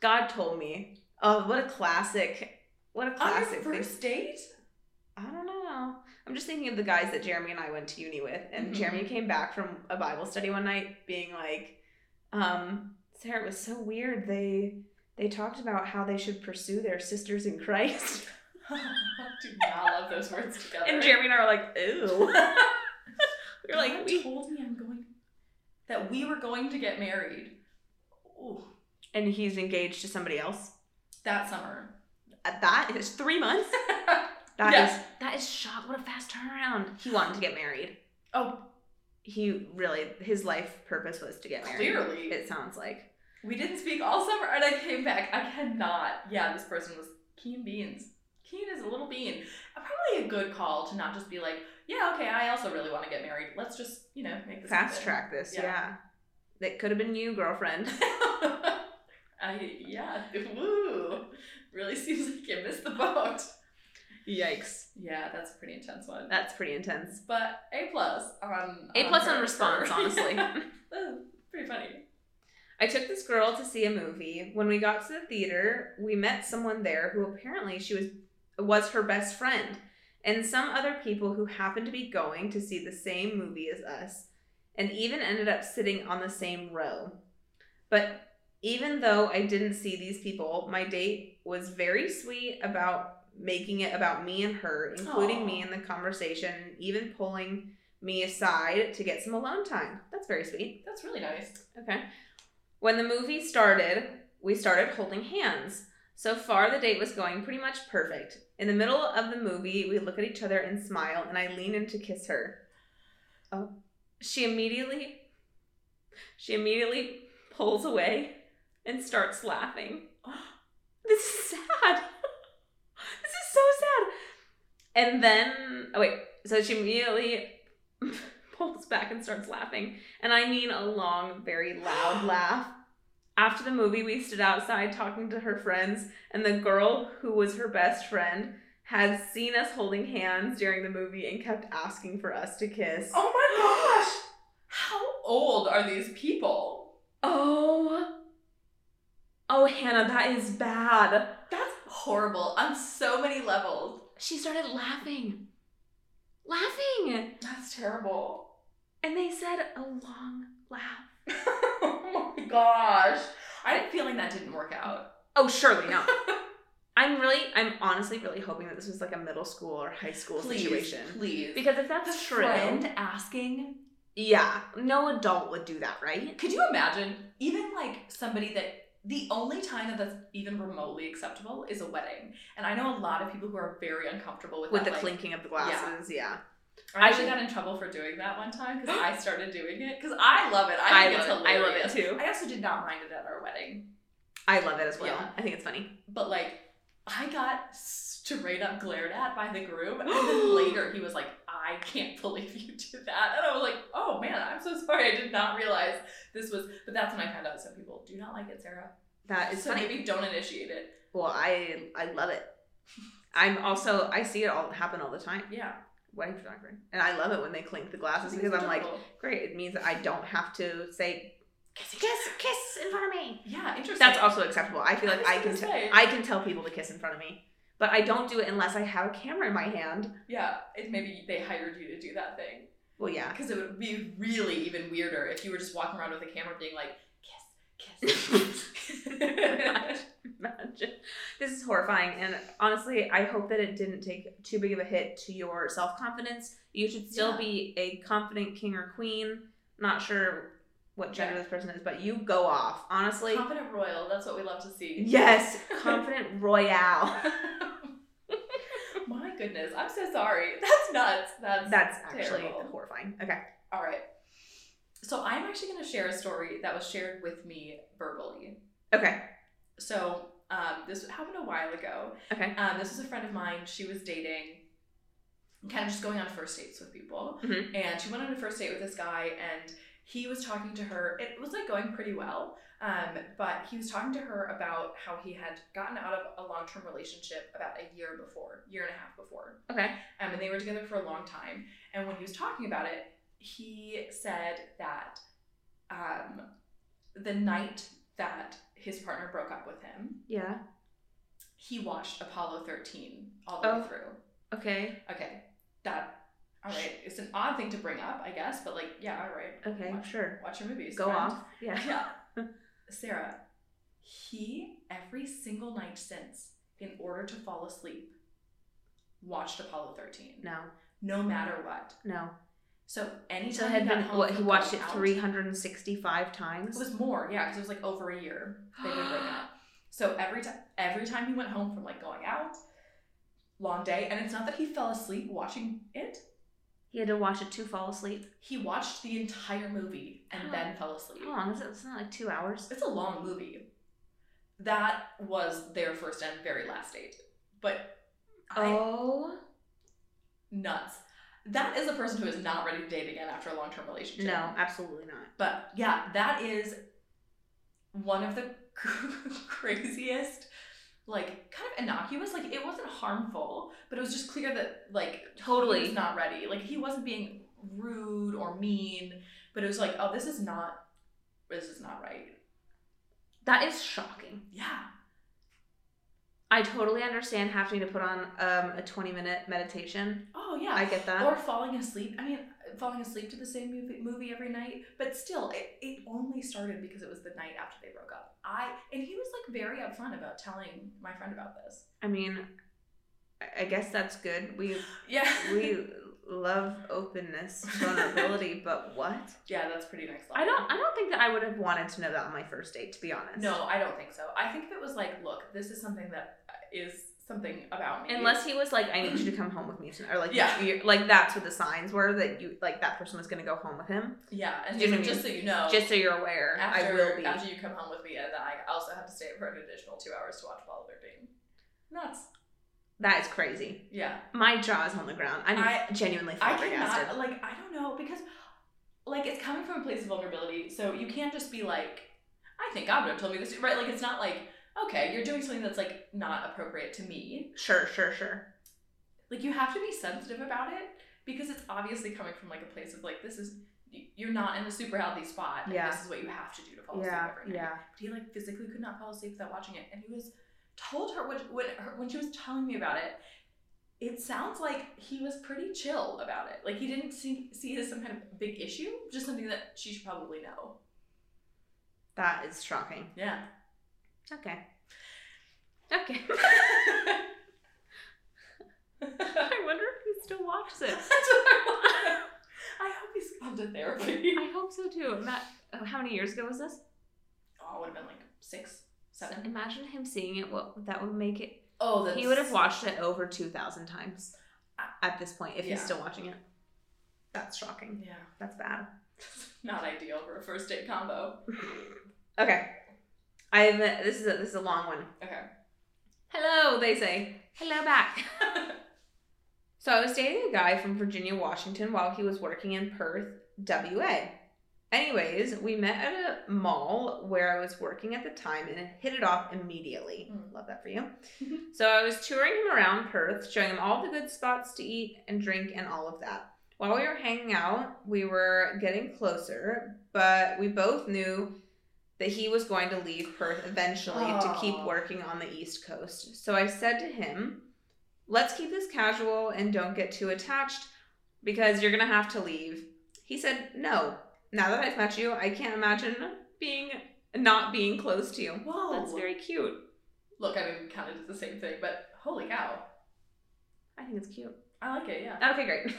Speaker 1: God told me. Oh, what a classic. What a
Speaker 2: On
Speaker 1: classic.
Speaker 2: your
Speaker 1: thing.
Speaker 2: first date?
Speaker 1: I don't know. I'm just thinking of the guys that Jeremy and I went to uni with, and
Speaker 2: Mhm.
Speaker 1: Jeremy came back from a Bible study one night being like, um, Sarah, it was so weird. They they talked about how they should pursue their sisters in Christ.
Speaker 2: Do not love those words together.
Speaker 1: And Jeremy and I were like, ew. we were
Speaker 2: God
Speaker 1: like, we
Speaker 2: told me I'm going that we were going to get married. Ooh,
Speaker 1: and he's engaged to somebody else.
Speaker 2: that summer.
Speaker 1: Uh, That is three months. That is
Speaker 2: Yeah.
Speaker 1: that is shock. What a fast turnaround. He wanted to get married.
Speaker 2: oh,
Speaker 1: He really his life purpose was to get married.
Speaker 2: clearly.
Speaker 1: It sounds like.
Speaker 2: We didn't speak all summer, and I came back. I cannot. Yeah, this person was keen beans. Keen is a little bean. Uh, Probably a good call to not just be like, yeah, okay, I also really want to get married. Let's just, you know, make this
Speaker 1: fast
Speaker 2: happen."
Speaker 1: track this. Yeah.
Speaker 2: Yeah.
Speaker 1: That could have been you, girlfriend.
Speaker 2: I yeah, woo. Really seems like you missed the boat.
Speaker 1: Yikes.
Speaker 2: Yeah, that's a pretty intense one.
Speaker 1: That's pretty intense.
Speaker 2: but A plus on
Speaker 1: A plus
Speaker 2: her-
Speaker 1: on response,
Speaker 2: her-
Speaker 1: honestly.
Speaker 2: That's pretty funny.
Speaker 1: I took this girl to see a movie. When we got to the theater, we met someone there who apparently she was was her best friend and some other people who happened to be going to see the same movie as us and even ended up sitting on the same row. But even though I didn't see these people, my date was very sweet about making it about me and her, including me
Speaker 2: Aw.
Speaker 1: in the conversation, even pulling me aside to get some alone time. That's very sweet.
Speaker 2: That's really nice.
Speaker 1: Okay. When the movie started, we started holding hands. So far, the date was going pretty much perfect. In the middle of the movie, we look at each other and smile, and I lean in to kiss her. Oh. She immediately she immediately pulls away and starts laughing. This is sad. This is so sad. And then oh wait, so she immediately pulls back and starts laughing. And I mean a long, very loud laugh. After the movie, we stood outside talking to her friends, and the girl who was her best friend had seen us holding hands during the movie and kept asking for us to kiss.
Speaker 2: Oh my gosh! How old are these people?
Speaker 1: Oh. Oh, Hannah, that is bad.
Speaker 2: That's horrible on so many levels.
Speaker 1: She started laughing. Laughing.
Speaker 2: That's terrible.
Speaker 1: And they said a long laugh.
Speaker 2: oh my gosh. I had a feeling that didn't work out.
Speaker 1: Oh, surely not. I'm really, I'm honestly really hoping that this was like a middle school or high school
Speaker 2: Please,
Speaker 1: situation.
Speaker 2: please.
Speaker 1: Because if that's
Speaker 2: the
Speaker 1: true,
Speaker 2: friend asking
Speaker 1: yeah, no adult would do that, right?
Speaker 2: Could you imagine even like somebody that the only time that that's even remotely acceptable is a wedding, and I know a lot of people who are very uncomfortable with
Speaker 1: With the
Speaker 2: that, like-
Speaker 1: clinking of the glasses, yeah.
Speaker 2: I actually got in trouble for doing that one time because I started doing it because I love it. I,
Speaker 1: I,
Speaker 2: think
Speaker 1: love
Speaker 2: it's
Speaker 1: it. I love
Speaker 2: hilarious.
Speaker 1: it too.
Speaker 2: I also did not mind it at our wedding,
Speaker 1: I love it as well.
Speaker 2: Yeah.
Speaker 1: I think it's funny.
Speaker 2: but like I got straight up glared at by the groom, and then later he was like, "I can't believe you did that," and I was like, "Oh man, I'm so sorry. I did not realize this was." But that's when I found out some people do not like it, Sarah.
Speaker 1: That is
Speaker 2: so
Speaker 1: funny.
Speaker 2: maybe don't initiate it.
Speaker 1: Well, I I love it. I'm also I see it all happen all the time.
Speaker 2: Yeah.
Speaker 1: Wedding photography, and I love it when they clink the glasses Uh, because I'm like, great. It means that I don't have to say kiss, kiss, kiss in front of me.
Speaker 2: yeah, interesting.
Speaker 1: That's also acceptable. I feel
Speaker 2: I
Speaker 1: like
Speaker 2: was
Speaker 1: I
Speaker 2: gonna
Speaker 1: can tell
Speaker 2: say.
Speaker 1: I can tell people to kiss in front of me, but I don't do it unless I have a camera in my hand.
Speaker 2: yeah. It, maybe they hired you to do that thing
Speaker 1: Well, yeah.
Speaker 2: because it would be really even weirder if you were just walking around with a camera being like kiss, kiss, kiss.
Speaker 1: Imagine. This is horrifying. And honestly, I hope that it didn't take too big of a hit to your self confidence. You should still
Speaker 2: Yeah.
Speaker 1: be a confident king or queen. Not sure what gender
Speaker 2: Yeah.
Speaker 1: this person is, but you go off. Honestly.
Speaker 2: Confident royal. That's what we love to see.
Speaker 1: yes. Confident royale.
Speaker 2: My goodness, I'm so sorry. That's nuts. That's
Speaker 1: That's actually
Speaker 2: Terrible.
Speaker 1: horrifying. Okay.
Speaker 2: all right. So I'm actually going to share a story that was shared with me verbally.
Speaker 1: Okay.
Speaker 2: So um, this happened a while ago.
Speaker 1: Okay.
Speaker 2: Um, this was a friend of mine. She was dating, kind of just going on first dates with people,
Speaker 1: Mhm.
Speaker 2: and she went on a first date with this guy, and he was talking to her. It was like going pretty well, um, but he was talking to her about how he had gotten out of a long term relationship about a year before, year and a half before,
Speaker 1: Okay.
Speaker 2: um, and they were together for a long time. And when he was talking about it, he said that um, the night that his partner broke up with him,
Speaker 1: Yeah.
Speaker 2: he watched Apollo 13 all the
Speaker 1: Oh.
Speaker 2: way through.
Speaker 1: Okay.
Speaker 2: Okay, that, all right. It's an odd thing to bring up, I guess, but like, yeah, all right.
Speaker 1: Okay.
Speaker 2: Watch,
Speaker 1: Sure.
Speaker 2: watch your movies.
Speaker 1: Go
Speaker 2: friend.
Speaker 1: off. Yeah.
Speaker 2: Yeah. Sarah, he, every single night since, in order to fall asleep, watched Apollo 13.
Speaker 1: No.
Speaker 2: No matter what.
Speaker 1: No.
Speaker 2: So anytime
Speaker 1: So it had
Speaker 2: he got
Speaker 1: been
Speaker 2: home
Speaker 1: what
Speaker 2: from
Speaker 1: he watched it
Speaker 2: going out-
Speaker 1: 365 times.
Speaker 2: It was more, yeah, because it was like over a year they've been broken up. So every time, every time he went home from like going out, long day, and it's not that he fell asleep watching it.
Speaker 1: He had to watch it to fall asleep.
Speaker 2: He watched the entire movie and then fell asleep.
Speaker 1: How long is it? It's not like two hours.
Speaker 2: It's a long movie. That was their first and very last date, but I,
Speaker 1: Oh
Speaker 2: nuts. That is a person who is not ready to date again after a long term relationship.
Speaker 1: no, absolutely not.
Speaker 2: But yeah, that is one of the craziest, like kind of innocuous. Like it wasn't harmful, but it was just clear that like
Speaker 1: Totally.
Speaker 2: he's not ready. Like he wasn't being rude or mean, but it was like, oh, this is not, this is not right.
Speaker 1: That is shocking.
Speaker 2: Yeah,
Speaker 1: I totally understand having to put on um, a 20 minute meditation.
Speaker 2: oh yeah.
Speaker 1: I get that.
Speaker 2: or falling asleep. I mean, falling asleep to the same movie, movie every night, but still, it, it only started because it was the night after they broke up. I and he was like very upfront about telling my friend about this.
Speaker 1: I mean, I- I guess that's good. We
Speaker 2: Yeah.
Speaker 1: we love openness, vulnerability, but what?
Speaker 3: Yeah, that's pretty next level.
Speaker 1: I don't I don't think that I would have wanted to know that on my first date, to be honest.
Speaker 2: No, I don't think so. I think if it was like, look, this is something that uh, is something about me.
Speaker 1: Unless he was like, I need you to come home with me tonight, or like,
Speaker 2: Yeah.
Speaker 1: you- like that's what the signs were that you like that person was gonna go home with him.
Speaker 2: yeah, and
Speaker 1: You
Speaker 2: just,
Speaker 1: know
Speaker 2: just so you know,
Speaker 1: Just so you're aware,
Speaker 2: after
Speaker 1: I will be.
Speaker 2: after you come home with me, and then I also have to stay for an additional two hours to watch Apollo Thirteen. Nuts.
Speaker 1: That is crazy.
Speaker 2: Yeah,
Speaker 1: My jaw is on the ground. I'm
Speaker 2: I-
Speaker 1: genuinely
Speaker 2: I
Speaker 1: flabbergasted.
Speaker 2: cannot like I don't know because like it's coming from a place of vulnerability, so you can't just be like, I think I would have told me this right. Like it's not like okay, you're doing something that's like not appropriate to me.
Speaker 1: Sure, sure, sure.
Speaker 2: like you have to be sensitive about it because it's obviously coming from like a place of like this is y- you're not in a super healthy spot and
Speaker 1: Yeah.
Speaker 2: this is what you have to do to fall
Speaker 1: yeah,
Speaker 2: asleep every night.
Speaker 1: yeah.
Speaker 2: But he like physically could not fall asleep without watching it, and he was told her when when, her, when she was telling me about it. It sounds like he was pretty chill about it. Like he didn't see, see it as some kind of big issue, just something that she should probably know.
Speaker 1: That is shocking.
Speaker 2: Yeah.
Speaker 1: Okay. Okay.
Speaker 2: That's
Speaker 1: I wonder if he still watches
Speaker 2: what I want. I hope he's gone to therapy.
Speaker 1: I hope so too. Ima- oh, how many years ago was this?
Speaker 2: Oh, it would have been like six, seven.
Speaker 1: Imagine him seeing it. What that would make it.
Speaker 2: Oh, that's,
Speaker 1: He would have watched it over two thousand times at this point if
Speaker 2: Yeah.
Speaker 1: he's still watching it. That's shocking.
Speaker 2: Yeah,
Speaker 1: That's bad.
Speaker 2: not ideal for a first date combo.
Speaker 1: Okay. I have a, this is a, this is a long one.
Speaker 2: Okay.
Speaker 1: Hello, they say. Hello back. So I was dating a guy from Virginia, Washington while he was working in Perth, WA. Anyways, we met at a mall where I was working at the time and hit it off immediately.
Speaker 2: Mm.
Speaker 1: Love that for you. so I was touring him around Perth, showing him all the good spots to eat and drink and all of that. While we were hanging out, we were getting closer, but we both knew that he was going to leave Perth eventually to keep
Speaker 2: Aw.
Speaker 1: working on the East Coast. So I said to him, let's keep this casual and don't get too attached because you're going to have to leave. He said, no. Now that I've met you, I can't imagine being not being close to you.
Speaker 2: Whoa.
Speaker 1: That's very cute.
Speaker 2: Look, I mean, we kind of did the same thing, but holy cow,
Speaker 1: I think it's cute.
Speaker 2: I like it. Yeah.
Speaker 1: Okay, great.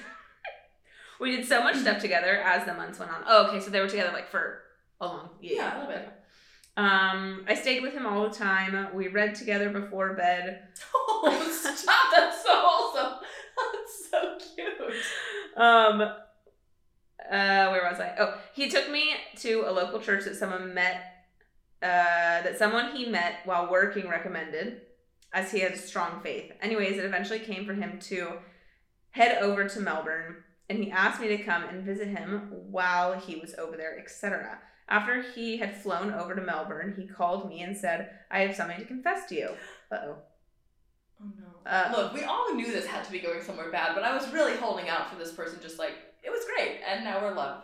Speaker 1: we did so much stuff together as the months went on. Oh, okay, so they were together like for a long
Speaker 2: Yeah, I love it.
Speaker 1: Um, I stayed with him all the time. We read together before bed.
Speaker 2: Oh, stop! That's so wholesome. That's so cute.
Speaker 1: Um, uh, where was I? Oh, he took me to a local church that someone met, uh, that someone he met while working recommended, as he had a strong faith. Anyways, it eventually came for him to head over to Melbourne, and he asked me to come and visit him while he was over there, etc. After he had flown over to Melbourne, he called me and said, "I have something to confess to you." Uh oh.
Speaker 2: Oh no.
Speaker 1: Uh,
Speaker 2: Look, we all knew this had to be going somewhere bad, but I was really holding out for this person. Just like it was great, and now we're love.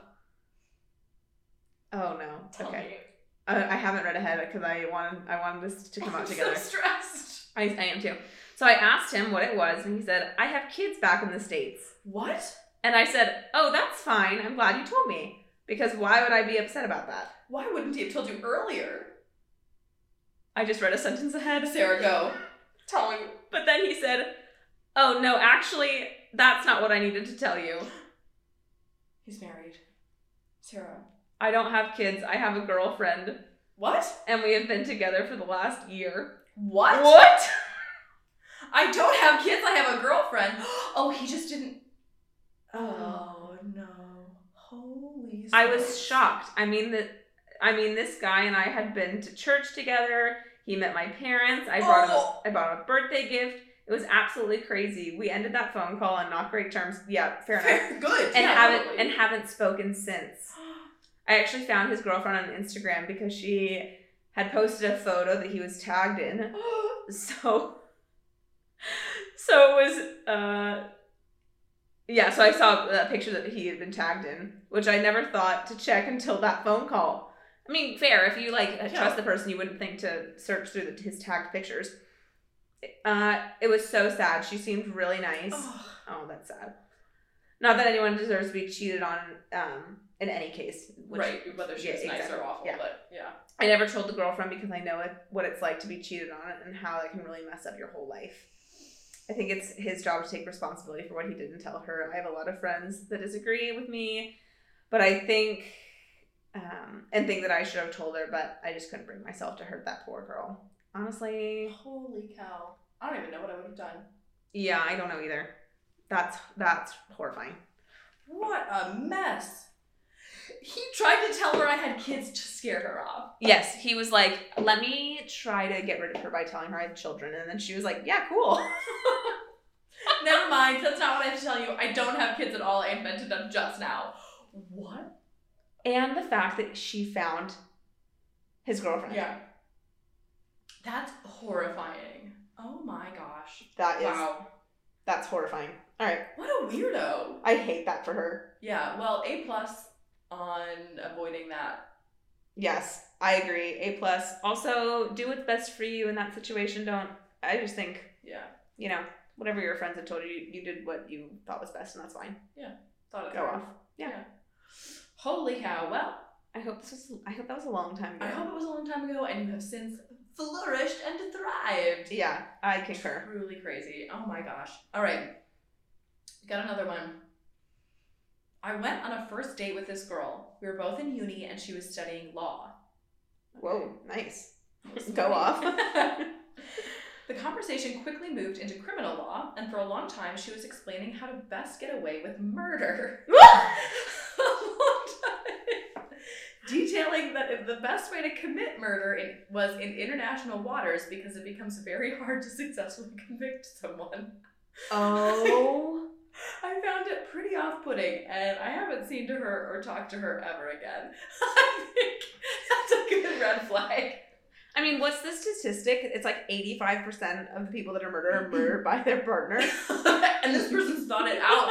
Speaker 1: Oh no.
Speaker 2: Tell
Speaker 1: okay.
Speaker 2: me.
Speaker 1: Uh, I haven't read ahead because I wanted I wanted this to come
Speaker 2: I'm
Speaker 1: out together.
Speaker 2: so stressed.
Speaker 1: I, I am too. So I asked him what it was, and he said, "I have kids back in the states."
Speaker 2: What?
Speaker 1: And I said, "Oh, that's fine. I'm glad you told me because why would I be upset about that?"
Speaker 2: Why wouldn't he have told you earlier?
Speaker 1: I just read a sentence ahead,
Speaker 2: Sarah, go. Tell me.
Speaker 1: But then he said, "Oh no, actually, that's not what I needed to tell you.
Speaker 2: He's married. Sarah.
Speaker 1: I don't have kids. I have a girlfriend,
Speaker 2: What?
Speaker 1: and we have been together for the last year."
Speaker 2: What?
Speaker 1: What?
Speaker 2: I don't have kids. I have a girlfriend. Oh, he just didn't. Oh no! Holy.
Speaker 1: I
Speaker 2: smokes.
Speaker 1: was shocked. I mean the I mean this guy and I had been to church together. He met my parents. I brought
Speaker 2: Oh.
Speaker 1: him a, I bought him a birthday gift. It was absolutely crazy. We ended that phone call on not great terms. Yeah, fair enough.
Speaker 2: Fair, good.
Speaker 1: And
Speaker 2: yeah,
Speaker 1: haven't
Speaker 2: totally.
Speaker 1: and haven't spoken since. I actually found his girlfriend on Instagram because she had posted a photo that he was tagged in so so it was uh yeah so i saw that picture that he had been tagged in which i never thought to check until that phone call i mean fair if you like uh, trust the person you wouldn't think to search through the, his tagged pictures uh it was so sad she seemed really nice oh,
Speaker 2: Ugh.
Speaker 1: that's sad not that anyone deserves to be cheated on um in any case which
Speaker 2: right. Whether she's
Speaker 1: yeah,
Speaker 2: nice
Speaker 1: exactly.
Speaker 2: or awful,
Speaker 1: Yeah.
Speaker 2: but yeah.
Speaker 1: I never told the girlfriend because I know it, what it's like to be cheated on and how that can really mess up your whole life. I think it's his job to take responsibility for what he didn't tell her. I have a lot of friends that disagree with me, but I think um, and think that I should have told her, but I just couldn't bring myself to hurt that poor girl. Honestly,
Speaker 2: Holy cow. I don't even know what I would have done.
Speaker 1: yeah, I don't know either. That's that's horrifying.
Speaker 2: What a mess. He tried to tell her I had kids to scare her off.
Speaker 1: Yes, he was like, "Let me try to get rid of her by telling her I have children," and then she was like, "Yeah, cool."
Speaker 2: Never mind, that's not what I have to tell you. I don't have kids at all. I invented them just now. What?
Speaker 1: And the fact that she found his girlfriend.
Speaker 2: Yeah. That's horrifying. Oh my gosh.
Speaker 1: that is
Speaker 2: Wow.
Speaker 1: that's horrifying. All right,
Speaker 2: What a weirdo.
Speaker 1: I hate that for her.
Speaker 2: Yeah, well, A plus on avoiding that.
Speaker 1: Yes, I agree. A plus. Also, do what's best for you in that situation. Don't. I just think
Speaker 2: Yeah.
Speaker 1: you know whatever your friends have told you, you did what you thought was best, and that's fine.
Speaker 2: Thought it
Speaker 1: Go
Speaker 2: through.
Speaker 1: off. Yeah.
Speaker 2: Holy cow. Well,
Speaker 1: I hope this was. I hope that was a long time ago.
Speaker 2: I hope it was a long time ago and you have since flourished and thrived.
Speaker 1: Yeah, I concur.
Speaker 2: Truly crazy. Oh my gosh. All right. Got another one. I went on a first date with this girl. We were both in uni and she was studying law.
Speaker 1: Whoa, nice.
Speaker 2: That was
Speaker 1: Go
Speaker 2: funny. the conversation quickly moved into criminal law, and for a long time she was explaining how to best get away with murder. A long time. Detailing that if the best way to commit murder in, was in international waters because it becomes very hard to successfully convict someone.
Speaker 1: Oh,
Speaker 2: I found it pretty off putting, and I haven't seen to her or talked to her ever again. I think that's a good red flag.
Speaker 1: I mean, what's the statistic? It's like eighty-five percent of the people that are murdered are murdered by their partner.
Speaker 2: and this person's thought it out.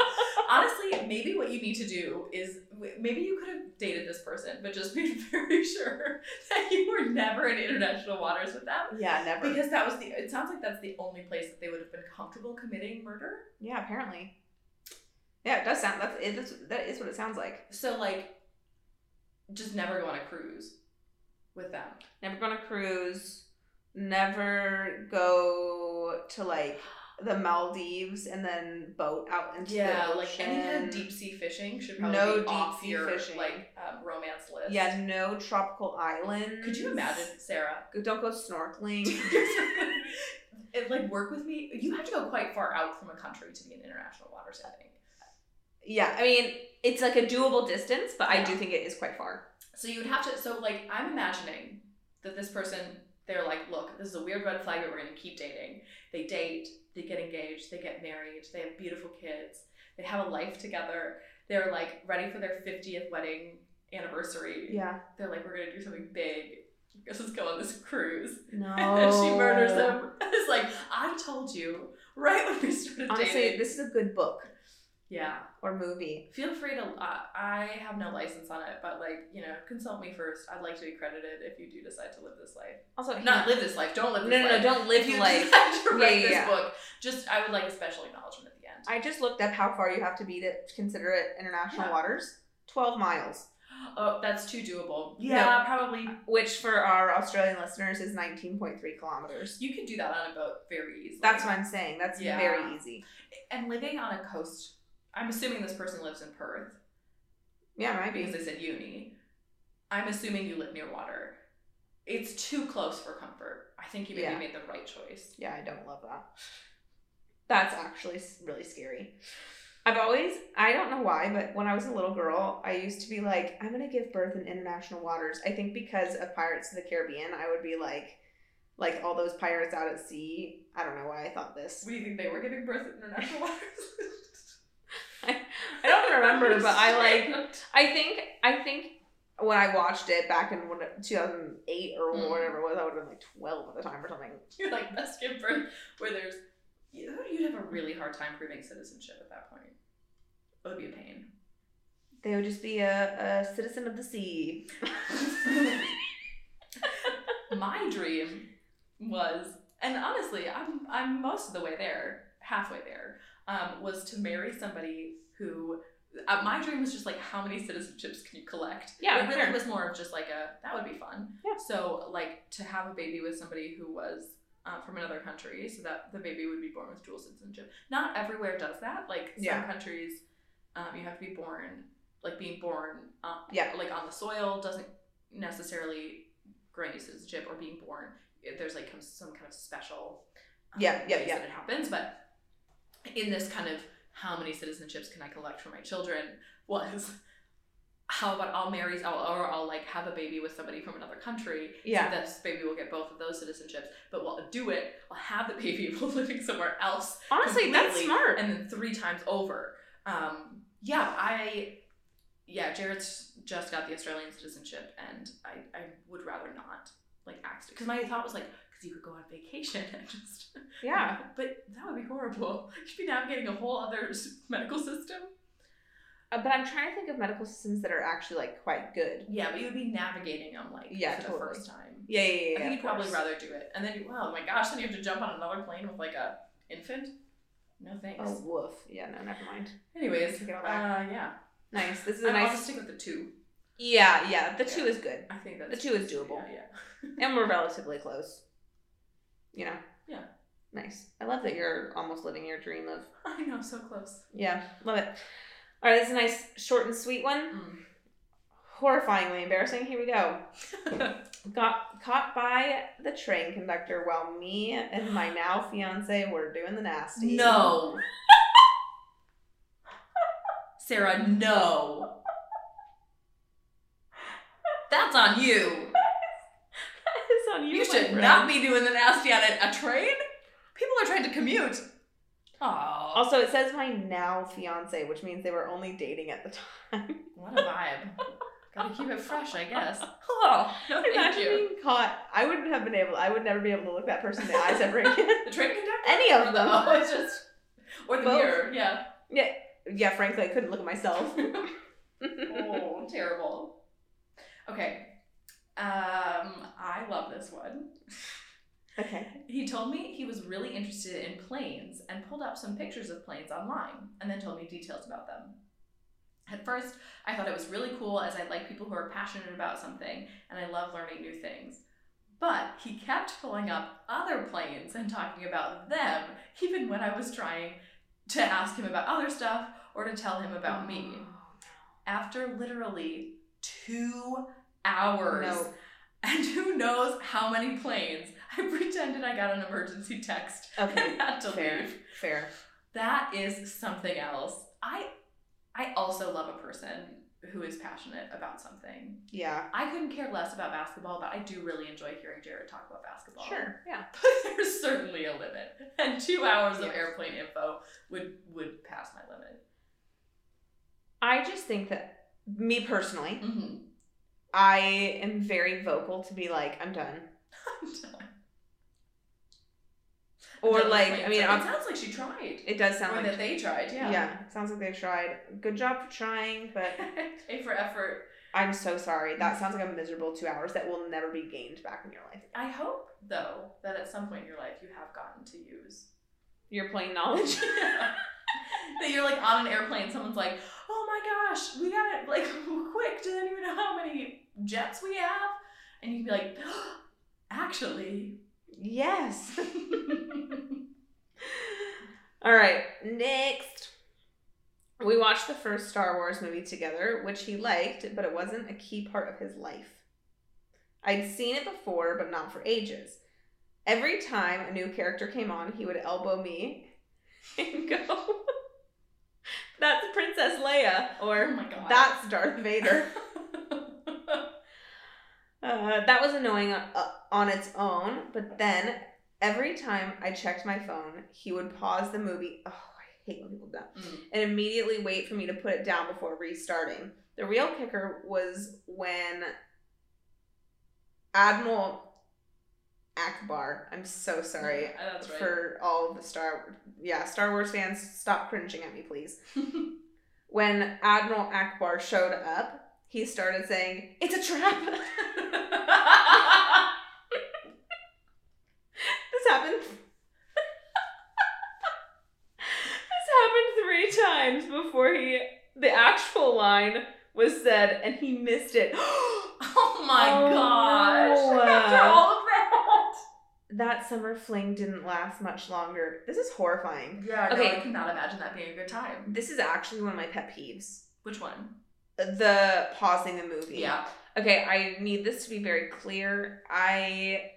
Speaker 2: Honestly, maybe what you need to do is maybe you could have dated this person, but just made very sure that you were never in international waters with them.
Speaker 1: Yeah, never.
Speaker 2: Because that was the, it sounds like that's the only place that they would have been comfortable committing murder.
Speaker 1: yeah, apparently. Yeah, it does sound. That's it, that's, that is what it sounds like.
Speaker 2: So, like, just never go on a cruise with them.
Speaker 1: never go on a cruise, never go to like the Maldives and then boat out into
Speaker 2: Yeah,
Speaker 1: the
Speaker 2: like any kind of
Speaker 1: ocean.
Speaker 2: deep sea fishing should probably
Speaker 1: No
Speaker 2: be off
Speaker 1: deep sea
Speaker 2: your
Speaker 1: fishing.
Speaker 2: like um, romance list.
Speaker 1: Yeah, no tropical islands.
Speaker 2: Could you imagine, Sarah?
Speaker 1: Don't go snorkeling.
Speaker 2: it, like work with me. You have to go quite far out from a country to be in international waters. I think.
Speaker 1: yeah, I mean it's like a doable distance, but I do
Speaker 2: Yeah.
Speaker 1: think it is quite far.
Speaker 2: So you would have to. So like I'm imagining that this person, they're like, look, this is a weird red flag, but we're gonna keep dating. They date, they get engaged, they get married, they have beautiful kids, they have a life together. They're like ready for their 50th wedding anniversary.
Speaker 1: Yeah.
Speaker 2: They're like, we're gonna do something big. Let's go on this cruise.
Speaker 1: No.
Speaker 2: And she
Speaker 1: Oh.
Speaker 2: murders him. It's like, I told you right when we started
Speaker 1: Honestly,
Speaker 2: dating.
Speaker 1: this is a good book
Speaker 2: yeah.
Speaker 1: or movie.
Speaker 2: Feel free to. Uh, I have no license on it, but like you know, consult me first. I'd like to be credited if you do decide to live this life.
Speaker 1: Also,
Speaker 2: Not live this life. Don't live
Speaker 1: no,
Speaker 2: this
Speaker 1: no,
Speaker 2: life.
Speaker 1: no, don't
Speaker 2: If
Speaker 1: live
Speaker 2: you
Speaker 1: life.
Speaker 2: decide to
Speaker 1: Yeah,
Speaker 2: write
Speaker 1: yeah,
Speaker 2: this
Speaker 1: yeah.
Speaker 2: book, just I would like a special acknowledgement at the end.
Speaker 1: I just looked up how far you have to be to consider it international
Speaker 2: Yeah.
Speaker 1: waters. Twelve miles.
Speaker 2: oh, that's too doable.
Speaker 1: Yeah.
Speaker 2: yeah, probably.
Speaker 1: which for our Australian listeners is 19.3 kilometers.
Speaker 2: You can do that on a boat very easily.
Speaker 1: That's what I'm saying. That's
Speaker 2: Yeah.
Speaker 1: very easy.
Speaker 2: And living on a coast, I'm assuming this person lives in Perth
Speaker 1: Yeah, might
Speaker 2: because
Speaker 1: be.
Speaker 2: they said uni. I'm assuming you live near water. It's too close for comfort. I think you maybe
Speaker 1: Yeah.
Speaker 2: made the right choice.
Speaker 1: Yeah, I don't love that. That's actually s- really scary. I've always, I don't know why, but when I was a little girl, I used to be like, I'm going to give birth in international waters. I think because of Pirates of the Caribbean, I would be like, like all those pirates out at sea. I don't know why I thought this.
Speaker 2: What do you think they were giving birth at international waters?
Speaker 1: I don't remember, but I like I think I think when I watched it back in what- 2008 or
Speaker 2: Mm.
Speaker 1: whatever it was, I would have been like 12 at the time or something.
Speaker 2: You're like best give birth where there's you- you'd have a really hard time proving citizenship at that point. It would be a pain.
Speaker 1: They would just be a, a citizen of the sea.
Speaker 2: My dream was, and honestly, I'm I'm most of the way there, halfway there. Um, was to marry somebody who. Uh, my dream was just like how many citizenships can you collect?
Speaker 1: Yeah,
Speaker 2: it really
Speaker 1: sure.
Speaker 2: was more of just like a that would be fun.
Speaker 1: Yeah.
Speaker 2: So like to have a baby with somebody who was uh, from another country so that the baby would be born with dual citizenship. Not everywhere does that. Like some
Speaker 1: Yeah.
Speaker 2: countries, um, you have to be born, like being born, uh,
Speaker 1: Yeah.
Speaker 2: like on the soil doesn't necessarily grant you citizenship or being born. If There's like some- some kind of special um,
Speaker 1: Yeah, yeah,
Speaker 2: ways
Speaker 1: yeah.
Speaker 2: that it happens. But in this kind of how many citizenships can I collect for my children was how about I'll marry I'll, or I'll like have a baby with somebody from another country
Speaker 1: Yeah.
Speaker 2: this baby will get both of those citizenships, but while I do it, I'll have the baby while living somewhere else.
Speaker 1: Honestly, that's
Speaker 2: completely,
Speaker 1: smart.
Speaker 2: And then three times over. Um, yeah, I, yeah, Jared's just got the Australian citizenship, and I, I would rather not like act because my thought was like, because you could go on vacation and just
Speaker 1: yeah.
Speaker 2: but that would be horrible. You'd be navigating a whole other s- medical system.
Speaker 1: Uh, but I'm trying to think of medical systems that are actually like quite good.
Speaker 2: Yeah, but you'd be navigating them like
Speaker 1: Yeah,
Speaker 2: for the
Speaker 1: totally.
Speaker 2: first time.
Speaker 1: Yeah, yeah, yeah.
Speaker 2: I
Speaker 1: yeah,
Speaker 2: think you'd
Speaker 1: of
Speaker 2: probably
Speaker 1: course.
Speaker 2: rather do it. And then, you, wow, my gosh, then you have to jump on another plane with like a infant. No thanks.
Speaker 1: Oh, woof. Yeah, no, never mind.
Speaker 2: Anyways,
Speaker 1: Take
Speaker 2: uh,
Speaker 1: it all back.
Speaker 2: yeah.
Speaker 1: Nice. This is a
Speaker 2: I'm, I'll
Speaker 1: nice.
Speaker 2: just stick with the two.
Speaker 1: Yeah, yeah. The two
Speaker 2: Yeah.
Speaker 1: is good,
Speaker 2: I think that's
Speaker 1: The two is doable.
Speaker 2: Yeah, yeah.
Speaker 1: and we're relatively close. You know.
Speaker 2: Yeah.
Speaker 1: Nice. I love that you're almost living your dream of.
Speaker 2: I know, so close.
Speaker 1: Yeah, love it. All right, this is a nice short and sweet one.
Speaker 2: Mm.
Speaker 1: Horrifyingly embarrassing. Here we go. Got caught by the train conductor while me and my now fiance were doing the nasty.
Speaker 2: no. Sarah, no. That's on you.
Speaker 1: it's on you.
Speaker 2: You
Speaker 1: my
Speaker 2: should
Speaker 1: friend.
Speaker 2: not be doing the nasty on a, a train. People are trying to commute. Oh.
Speaker 1: Also, it says my now fiance, which means they were only dating at the time.
Speaker 2: What a vibe. Gotta keep it fresh, I guess. Oh, no, thank
Speaker 1: Imagine
Speaker 2: you.
Speaker 1: being caught. I wouldn't have been able. I would never be able to look that person in the eyes ever again.
Speaker 2: The train conductor?
Speaker 1: Any of
Speaker 2: No,
Speaker 1: them.
Speaker 2: it's just. Or the
Speaker 1: Both.
Speaker 2: mirror, yeah.
Speaker 1: Yeah, frankly, I couldn't look at myself.
Speaker 2: oh, terrible. Okay. Um, I love this one.
Speaker 1: okay.
Speaker 2: He told me he was really interested in planes and pulled up some pictures of planes online and then told me details about them. At first, I thought it was really cool as I like people who are passionate about something and I love learning new things. But he kept pulling up other planes and talking about them, even when I was trying to ask him about other stuff or to tell him about me. After literally two hours,
Speaker 1: No.
Speaker 2: and who knows how many planes. I pretended I got an emergency text
Speaker 1: Okay.
Speaker 2: and had to
Speaker 1: Fair.
Speaker 2: leave.
Speaker 1: Fair.
Speaker 2: That is something else. I I also love a person who is passionate about something.
Speaker 1: Yeah.
Speaker 2: I couldn't care less about basketball, but I do really enjoy hearing Jared talk about basketball.
Speaker 1: Sure. Yeah.
Speaker 2: But there's certainly a limit. And two hours of
Speaker 1: Yeah.
Speaker 2: airplane info would would pass my limit.
Speaker 1: I just think that me personally,
Speaker 2: Mhm.
Speaker 1: I am very vocal to be like, I'm done. Or
Speaker 2: That
Speaker 1: like,
Speaker 2: explains
Speaker 1: I mean,
Speaker 2: it. it
Speaker 1: ob-
Speaker 2: sounds like she tried.
Speaker 1: it does
Speaker 2: Or
Speaker 1: sound like
Speaker 2: that they tried,
Speaker 1: Yeah.
Speaker 2: yeah.
Speaker 1: sounds like they tried. Good job for trying, but
Speaker 2: A for effort.
Speaker 1: I'm so sorry. That sounds like a miserable two hours that will never be gained back in your life.
Speaker 2: I hope though that at some point in your life you have gotten to use
Speaker 1: Your plain knowledge.
Speaker 2: that you're like on an airplane. Someone's like, "Oh my gosh, we got it! Like, quick! Does anyone know how many jets we have?" And you'd be like, "Actually." Oh
Speaker 1: yes. All right, next. We watched the first Star Wars movie together, which he liked, but it wasn't a key part of his life. I'd seen it before, but not for ages. Every time a new character came on, he would elbow me and go, That's Princess Leia,
Speaker 2: oh
Speaker 1: or
Speaker 2: my god.
Speaker 1: That's Darth Vader. Uh, that was annoying uh, on its own, but then every time I checked my phone, he would pause the movie. Oh, I hate when people do that.
Speaker 2: Mm.
Speaker 1: And immediately wait for me to put it down before restarting. The real kicker was when Admiral Akbar, I'm so sorry
Speaker 2: Yeah, That's right.
Speaker 1: for all of the Star yeah, Star Wars fans, stop cringing at me, please. when Admiral Akbar showed up, he started saying, It's a trap. This happened. this happened three times before he the actual line was said, and he missed it.
Speaker 2: oh my
Speaker 1: Oh,
Speaker 2: gosh!
Speaker 1: no.
Speaker 2: After all of that.
Speaker 1: that summer fling didn't last much longer. This is horrifying.
Speaker 2: Yeah.
Speaker 1: Okay.
Speaker 2: No, I cannot imagine that being a good time.
Speaker 1: This is actually one of my pet peeves.
Speaker 2: Which one?
Speaker 1: The pausing the movie.
Speaker 2: Yeah.
Speaker 1: Okay, I need this to be very clear. I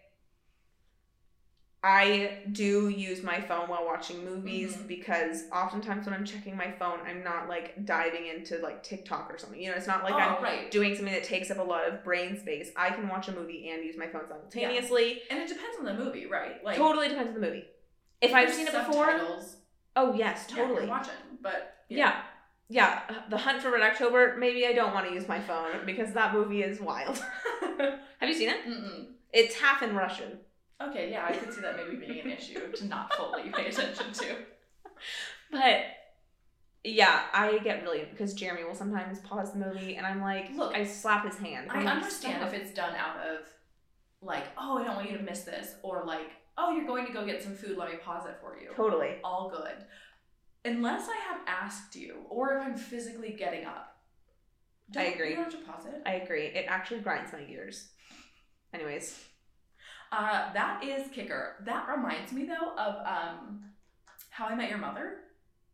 Speaker 1: I do use my phone while watching movies
Speaker 2: Mhm.
Speaker 1: because oftentimes when I'm checking my phone, I'm not like diving into like TikTok or something. You know, it's not like
Speaker 2: oh,
Speaker 1: I'm
Speaker 2: right.
Speaker 1: doing something that takes up a lot of brain space, I can watch a movie and use my phone simultaneously.
Speaker 2: and it depends on the movie, right? Like
Speaker 1: totally depends on the movie. If I've seen it before, oh yes, totally.
Speaker 2: Totally. watching, but
Speaker 1: Yeah. Yeah, uh, The Hunt for Red October, maybe I don't want to use my phone because that movie is wild. Have you seen it?
Speaker 2: Mm-mm.
Speaker 1: It's half in Russian.
Speaker 2: Okay. Yeah, I could see that maybe being an issue to not fully pay attention to.
Speaker 1: But yeah, I get really because Jeremy will sometimes pause the movie and I'm like,
Speaker 2: Look,
Speaker 1: I slap his hand.
Speaker 2: I
Speaker 1: I'm like,
Speaker 2: understand
Speaker 1: "Stop."
Speaker 2: if it's done out of like, oh, I don't want you to miss this, or like, oh, you're going to go get some food, let me pause it for you.
Speaker 1: Totally.
Speaker 2: All good. Unless I have asked you, or if I'm physically getting up.
Speaker 1: I
Speaker 2: Don't-
Speaker 1: agree.
Speaker 2: You don't have to pause it.
Speaker 1: I agree. It actually grinds my gears. Anyways,
Speaker 2: Uh, that is kicker. That reminds me though of um, How I Met Your Mother.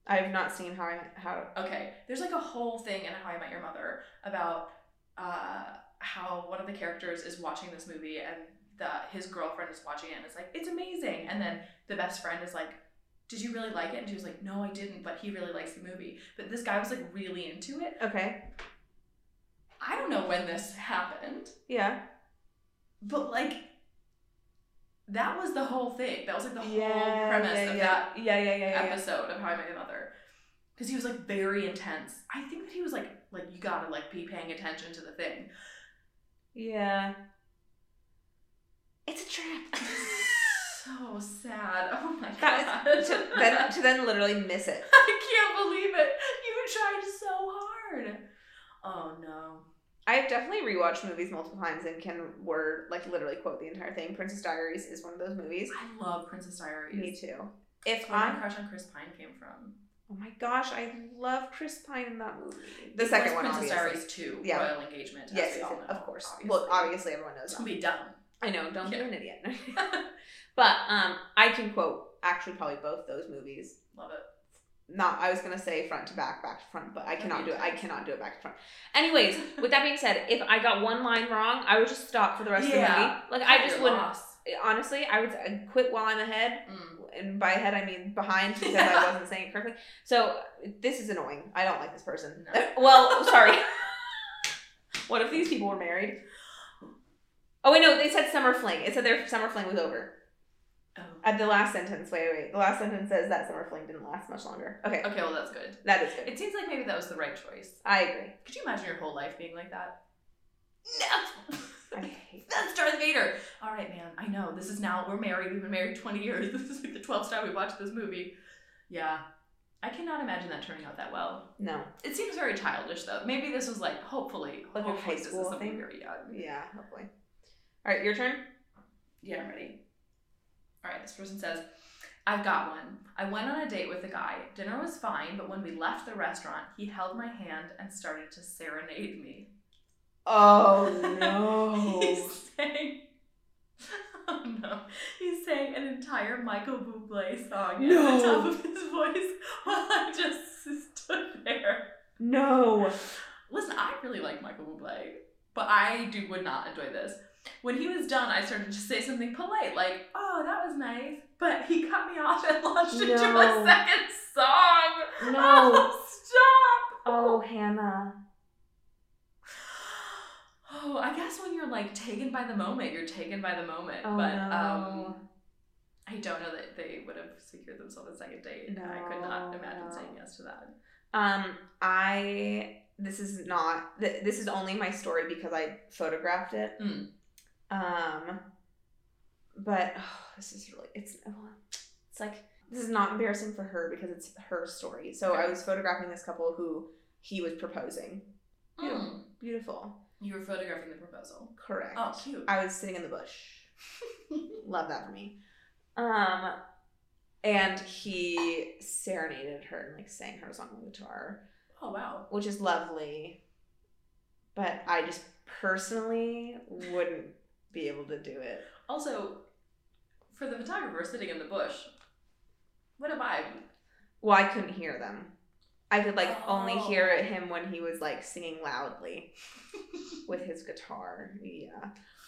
Speaker 1: I have not seen how I how
Speaker 2: Okay, there's like a whole thing in How I Met Your Mother about uh, how one of the characters is watching this movie and the his girlfriend is watching it and it's like it's amazing, and then the best friend is like, "Did you really like it?" And she was like, "No, I didn't," but he really likes the movie. But this guy was like really into it.
Speaker 1: Okay.
Speaker 2: I don't know when this happened,
Speaker 1: Yeah.
Speaker 2: but like. That was the whole thing. That was like the whole
Speaker 1: yeah,
Speaker 2: premise
Speaker 1: yeah,
Speaker 2: of
Speaker 1: yeah.
Speaker 2: that
Speaker 1: Yeah, yeah, yeah, yeah. yeah.
Speaker 2: episode of How I Met Your Mother because he was like very intense. I think that he was like like you gotta like be paying attention to the thing.
Speaker 1: Yeah. It's a trap.
Speaker 2: so sad. Oh my
Speaker 1: That
Speaker 2: god.
Speaker 1: to, then, to then literally miss it.
Speaker 2: I can't believe it. You tried so hard. Oh no.
Speaker 1: I have definitely rewatched movies multiple times and can word like literally quote the entire thing. Princess Diaries is one of those movies.
Speaker 2: I love Princess Diaries.
Speaker 1: Me too. If
Speaker 2: That's where my
Speaker 1: I
Speaker 2: crush on Chris Pine came from.
Speaker 1: oh my gosh, I love Chris Pine in that movie. The
Speaker 2: It
Speaker 1: second
Speaker 2: was
Speaker 1: one,
Speaker 2: Princess
Speaker 1: obviously.
Speaker 2: Diaries two.
Speaker 1: Yeah.
Speaker 2: Royal Engagement. as
Speaker 1: Yes,
Speaker 2: we
Speaker 1: yes,
Speaker 2: all
Speaker 1: yes,
Speaker 2: know,
Speaker 1: of course. Well, obviously everyone knows.
Speaker 2: It's
Speaker 1: That.
Speaker 2: gonna be dumb.
Speaker 1: I know. Don't
Speaker 2: Yeah.
Speaker 1: be an idiot. but um, I can quote actually probably both those movies
Speaker 2: Love it.
Speaker 1: not I was gonna say front to back, back to front, but I
Speaker 2: That'd
Speaker 1: cannot do
Speaker 2: be
Speaker 1: it. I
Speaker 2: nice.
Speaker 1: cannot do it back to front. Anyways, with that being said, if I got one line wrong, I would just stop for the rest
Speaker 2: Yeah.
Speaker 1: of the movie. Like I just
Speaker 2: You're
Speaker 1: wouldn't.
Speaker 2: lost.
Speaker 1: Honestly, I would say, quit while I'm ahead,
Speaker 2: Mm.
Speaker 1: and by ahead I mean behind because I wasn't saying it correctly. So this is annoying. I don't like this person. Uh,
Speaker 2: No.
Speaker 1: well, sorry. what if these people were married? Oh wait, no. They said summer fling. It said their summer fling was over.
Speaker 2: Oh.
Speaker 1: At the last sentence, wait, wait. The last sentence says that summer fling didn't last much longer. Okay,
Speaker 2: Okay, well that's good.
Speaker 1: that is good.
Speaker 2: It seems like maybe that was the right choice.
Speaker 1: I agree.
Speaker 2: Could you imagine your whole life being like that? No.
Speaker 1: I hate
Speaker 2: That's Darth Vader. All right, man. I know. This is now. We're married. We've been married 20 years. This is like the 12th time we watched this movie. Yeah. I cannot imagine that turning out that well.
Speaker 1: no.
Speaker 2: It seems very childish, though. Maybe this was like, hopefully,
Speaker 1: Like a high
Speaker 2: hopefully this is
Speaker 1: school
Speaker 2: something
Speaker 1: thing?
Speaker 2: very young.
Speaker 1: Yeah, hopefully. All right, your turn.
Speaker 2: Yeah, I'm ready. All right, this person says, I've got one. I went on a date with a guy. Dinner was fine, but when we left the restaurant, he held my hand and started to serenade me.
Speaker 1: Oh
Speaker 2: He's saying, oh no, he's saying an entire Michael Bublé song at
Speaker 1: No.
Speaker 2: the top of his voice while I just stood there.
Speaker 1: no.
Speaker 2: Listen, I really like Michael Bublé, but I do would not enjoy this. When he was done, I started to say something polite, like, "Oh, that was nice," but he cut me off and launched into a
Speaker 1: No.
Speaker 2: second song.
Speaker 1: No.
Speaker 2: Oh, stop.
Speaker 1: Oh, Hannah.
Speaker 2: Oh, I guess when you're like taken by the moment, you're taken by the moment.
Speaker 1: Oh,
Speaker 2: but
Speaker 1: no.
Speaker 2: um I don't know that they would have secured themselves a second date. I could not
Speaker 1: No,
Speaker 2: imagine
Speaker 1: no.
Speaker 2: saying yes to that.
Speaker 1: Um, I. This is not. Th- this is only my story because I photographed it.
Speaker 2: Mm.
Speaker 1: Um, but oh, this is really. It's. oh, It's like this is not embarrassing for her because it's her story. So I was photographing this couple who he was proposing. Yeah.
Speaker 2: Mm.
Speaker 1: Beautiful.
Speaker 2: You were photographing the proposal.
Speaker 1: Correct.
Speaker 2: Oh, cute.
Speaker 1: I was sitting in the bush. Love that for me. Um, and he serenaded her and like sang her song on the guitar,
Speaker 2: oh, wow.
Speaker 1: which is lovely. But I just personally wouldn't be able to do it.
Speaker 2: Also, for the photographer sitting in the bush. What a vibe.
Speaker 1: Well, I couldn't hear them. I could like only
Speaker 2: Oh.
Speaker 1: hear him when he was like singing loudly with his guitar. Yeah.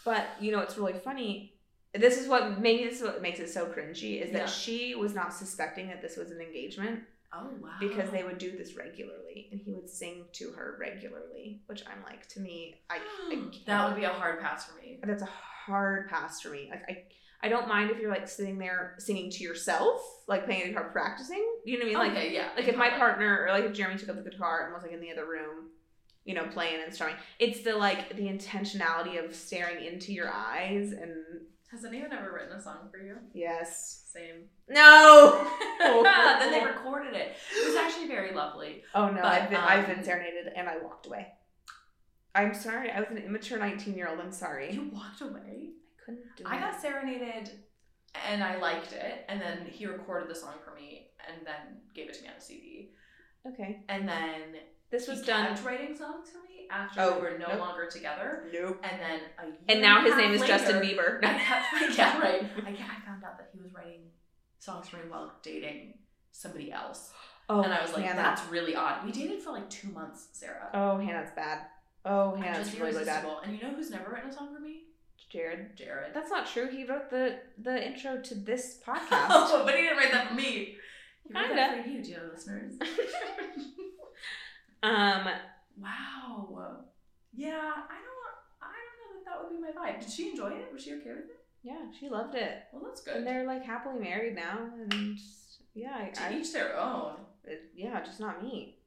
Speaker 1: But you know, it's really funny. This is what maybe this is what makes it so cringy is that
Speaker 2: Yeah.
Speaker 1: she was not suspecting that this was an engagement
Speaker 2: Oh wow.
Speaker 1: because they would do this regularly and he would sing to her regularly, which I'm like to me, I, I can't.
Speaker 2: that would be a hard pass for me.
Speaker 1: that's a hard pass for me. Like I I don't mind if you're like sitting there singing to yourself, like playing a guitar practicing. You know what I mean? Like
Speaker 2: okay, Oh, yeah.
Speaker 1: like if my partner or like if Jeremy took up the guitar and was like in the other room, you know, playing and strumming. It's the like the intentionality of staring into your eyes and
Speaker 2: has anyone ever written a song for you?
Speaker 1: yes.
Speaker 2: Same.
Speaker 1: No.
Speaker 2: then they recorded it. It was actually very lovely.
Speaker 1: Oh no,
Speaker 2: But,
Speaker 1: I've been I've been
Speaker 2: um,
Speaker 1: serenaded and I walked away. I'm sorry. I was an immature 19 year old. I'm sorry.
Speaker 2: You walked away.
Speaker 1: I couldn't do
Speaker 2: I
Speaker 1: it.
Speaker 2: got serenaded and I liked it. And then he recorded the song for me and then gave it to me on a CD.
Speaker 1: okay.
Speaker 2: And then
Speaker 1: This was
Speaker 2: he
Speaker 1: done.
Speaker 2: kept writing songs for me after
Speaker 1: Oh,
Speaker 2: we were no
Speaker 1: nope.
Speaker 2: longer together.
Speaker 1: Nope.
Speaker 2: And then a year
Speaker 1: And now his
Speaker 2: a half
Speaker 1: name is Justin
Speaker 2: later,
Speaker 1: Bieber.
Speaker 2: I kept, yeah, right. I, ca- I found out that he was writing songs for me while dating somebody else.
Speaker 1: Oh,
Speaker 2: and I was like,
Speaker 1: Hannah.
Speaker 2: that's really odd. We dated for like two months, Sarah.
Speaker 1: Oh, Hannah's bad. Oh,
Speaker 2: I'm
Speaker 1: Hannah's
Speaker 2: just
Speaker 1: really, really bad.
Speaker 2: irresistible. And you know who's never written a song for me?
Speaker 1: Jared.
Speaker 2: Jared.
Speaker 1: That's not true. He wrote the the intro to this podcast.
Speaker 2: but he didn't write that for me. He wrote that
Speaker 1: Kinda.
Speaker 2: for you, dear listeners.
Speaker 1: um,
Speaker 2: wow. Yeah, I don't. I don't know that that would be my vibe. Did she enjoy it? Was she okay with it?
Speaker 1: yeah, she loved it,
Speaker 2: Well, that's
Speaker 1: and
Speaker 2: good.
Speaker 1: they're like happily married now, and yeah, I,
Speaker 2: To
Speaker 1: I
Speaker 2: each their own.
Speaker 1: it- yeah, just not me.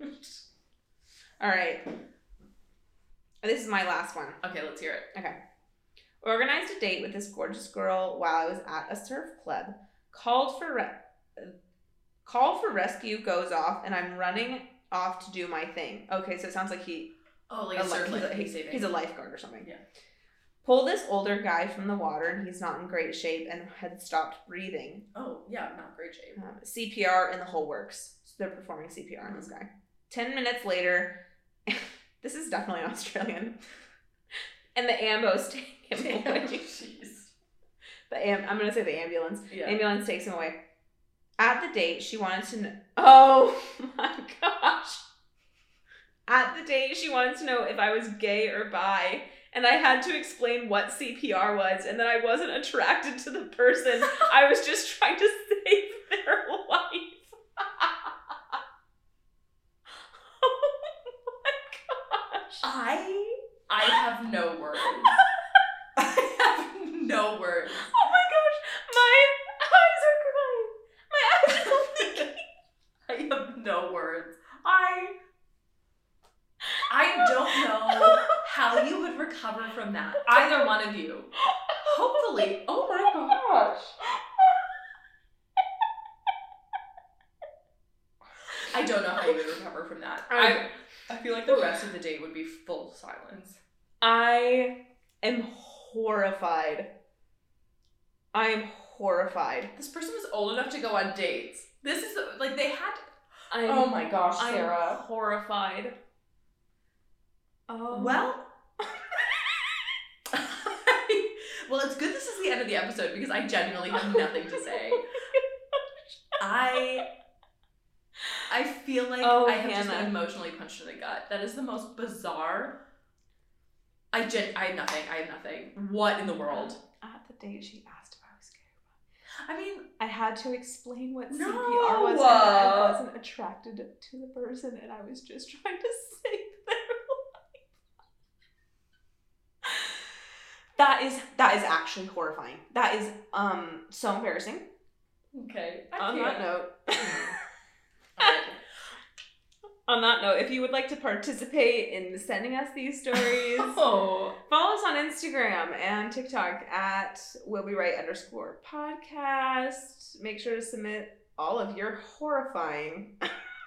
Speaker 1: All right, this is my last one.
Speaker 2: okay, let's hear it.
Speaker 1: Organized a date with this gorgeous girl while I was at a surf club. Called for re- uh, call for rescue goes off, and I'm running off to do my thing. Okay, so it sounds like he
Speaker 2: Oh, like
Speaker 1: a
Speaker 2: a
Speaker 1: li-
Speaker 2: surf
Speaker 1: he's,
Speaker 2: life
Speaker 1: a,
Speaker 2: he's
Speaker 1: he's,
Speaker 2: saving.
Speaker 1: he's a lifeguard or something.
Speaker 2: Yeah.
Speaker 1: Pull this older guy from the water, and he's not in great shape and had stopped breathing.
Speaker 2: Oh yeah, not great shape.
Speaker 1: Um, CPR and the whole works. So they're performing CPR on this guy. Ten minutes later, this is definitely Australian, and the ambos take him away.
Speaker 2: Jeez.
Speaker 1: The am- I'm gonna say the ambulance.
Speaker 2: Yeah.
Speaker 1: Ambulance takes him away. At the date, she wanted to know. Oh my gosh. At the date, she wanted to know if I was gay or bi, and I had to explain what CPR was, and that I wasn't attracted to the person. I was just trying to save their life. oh my gosh.
Speaker 2: I I have no words. I have no words.
Speaker 1: Oh my gosh. My eyes are crying. My eyes are leaking.
Speaker 2: I have no words. I I don't know how you would recover from that. Either one of you. Hopefully. Oh my gosh. I don't know how you would recover from that. I I feel like the rest of the day would be full silence.
Speaker 1: I am horrified. I am horrified.
Speaker 2: This person was old enough to go on dates. This is like they had
Speaker 1: I'm,
Speaker 2: Oh my gosh,
Speaker 1: I'm
Speaker 2: Sarah.
Speaker 1: horrified. Oh.
Speaker 2: Well, well, it's good this is the end of the episode because I genuinely have nothing to say.
Speaker 1: Oh
Speaker 2: I I feel like
Speaker 1: Oh,
Speaker 2: I have just been
Speaker 1: Hannah.
Speaker 2: emotionally punched in the gut. That is the most bizarre. I gen- I have nothing. I have nothing. What in the world?
Speaker 1: At the date she asked if I was gay.
Speaker 2: I mean,
Speaker 1: I had to explain what
Speaker 2: No.
Speaker 1: CPR was and that I wasn't attracted to the person and I was just trying to save their life. That is that is actually horrifying. That is um so embarrassing.
Speaker 2: okay. I
Speaker 1: On
Speaker 2: can't.
Speaker 1: that note,
Speaker 2: Alright.
Speaker 1: on that note, if you would like to participate in sending us these stories,
Speaker 2: Oh,
Speaker 1: follow us on Instagram and TikTok at will be right underscore podcast. Make sure to submit all of your horrifying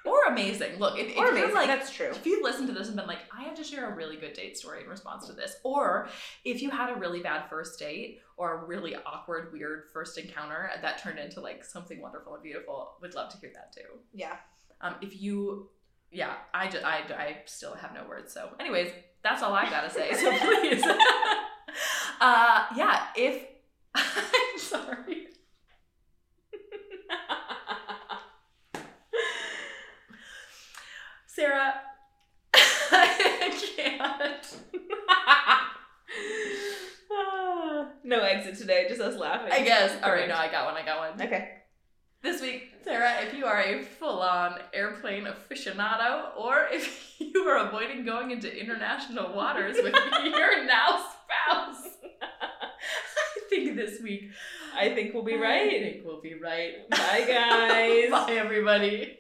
Speaker 2: or amazing. Look, if, if
Speaker 1: or
Speaker 2: you're
Speaker 1: amazing.
Speaker 2: like
Speaker 1: that's true.
Speaker 2: If you've listened to this and been like, I have to share a really good date story in response to this, or if you had a really bad first date or a really awkward, weird first encounter that turned into like something wonderful and beautiful, would love to hear that too.
Speaker 1: Yeah.
Speaker 2: Um, if you, yeah, I, ju- I, I still have no words. So, anyways, that's all I gotta say. So please, uh, yeah, if I'm sorry. Sarah, I can't.
Speaker 1: Ah, no exit today, just us laughing.
Speaker 2: I guess. All right, no, I got one. I got one.
Speaker 1: Okay.
Speaker 2: This week, Sarah, if you are a full on airplane aficionado or if you are avoiding going into international waters with your now spouse, I think this week
Speaker 1: I think we'll be
Speaker 2: I
Speaker 1: right.
Speaker 2: think we'll be right.
Speaker 1: Bye, guys.
Speaker 2: Bye, everybody.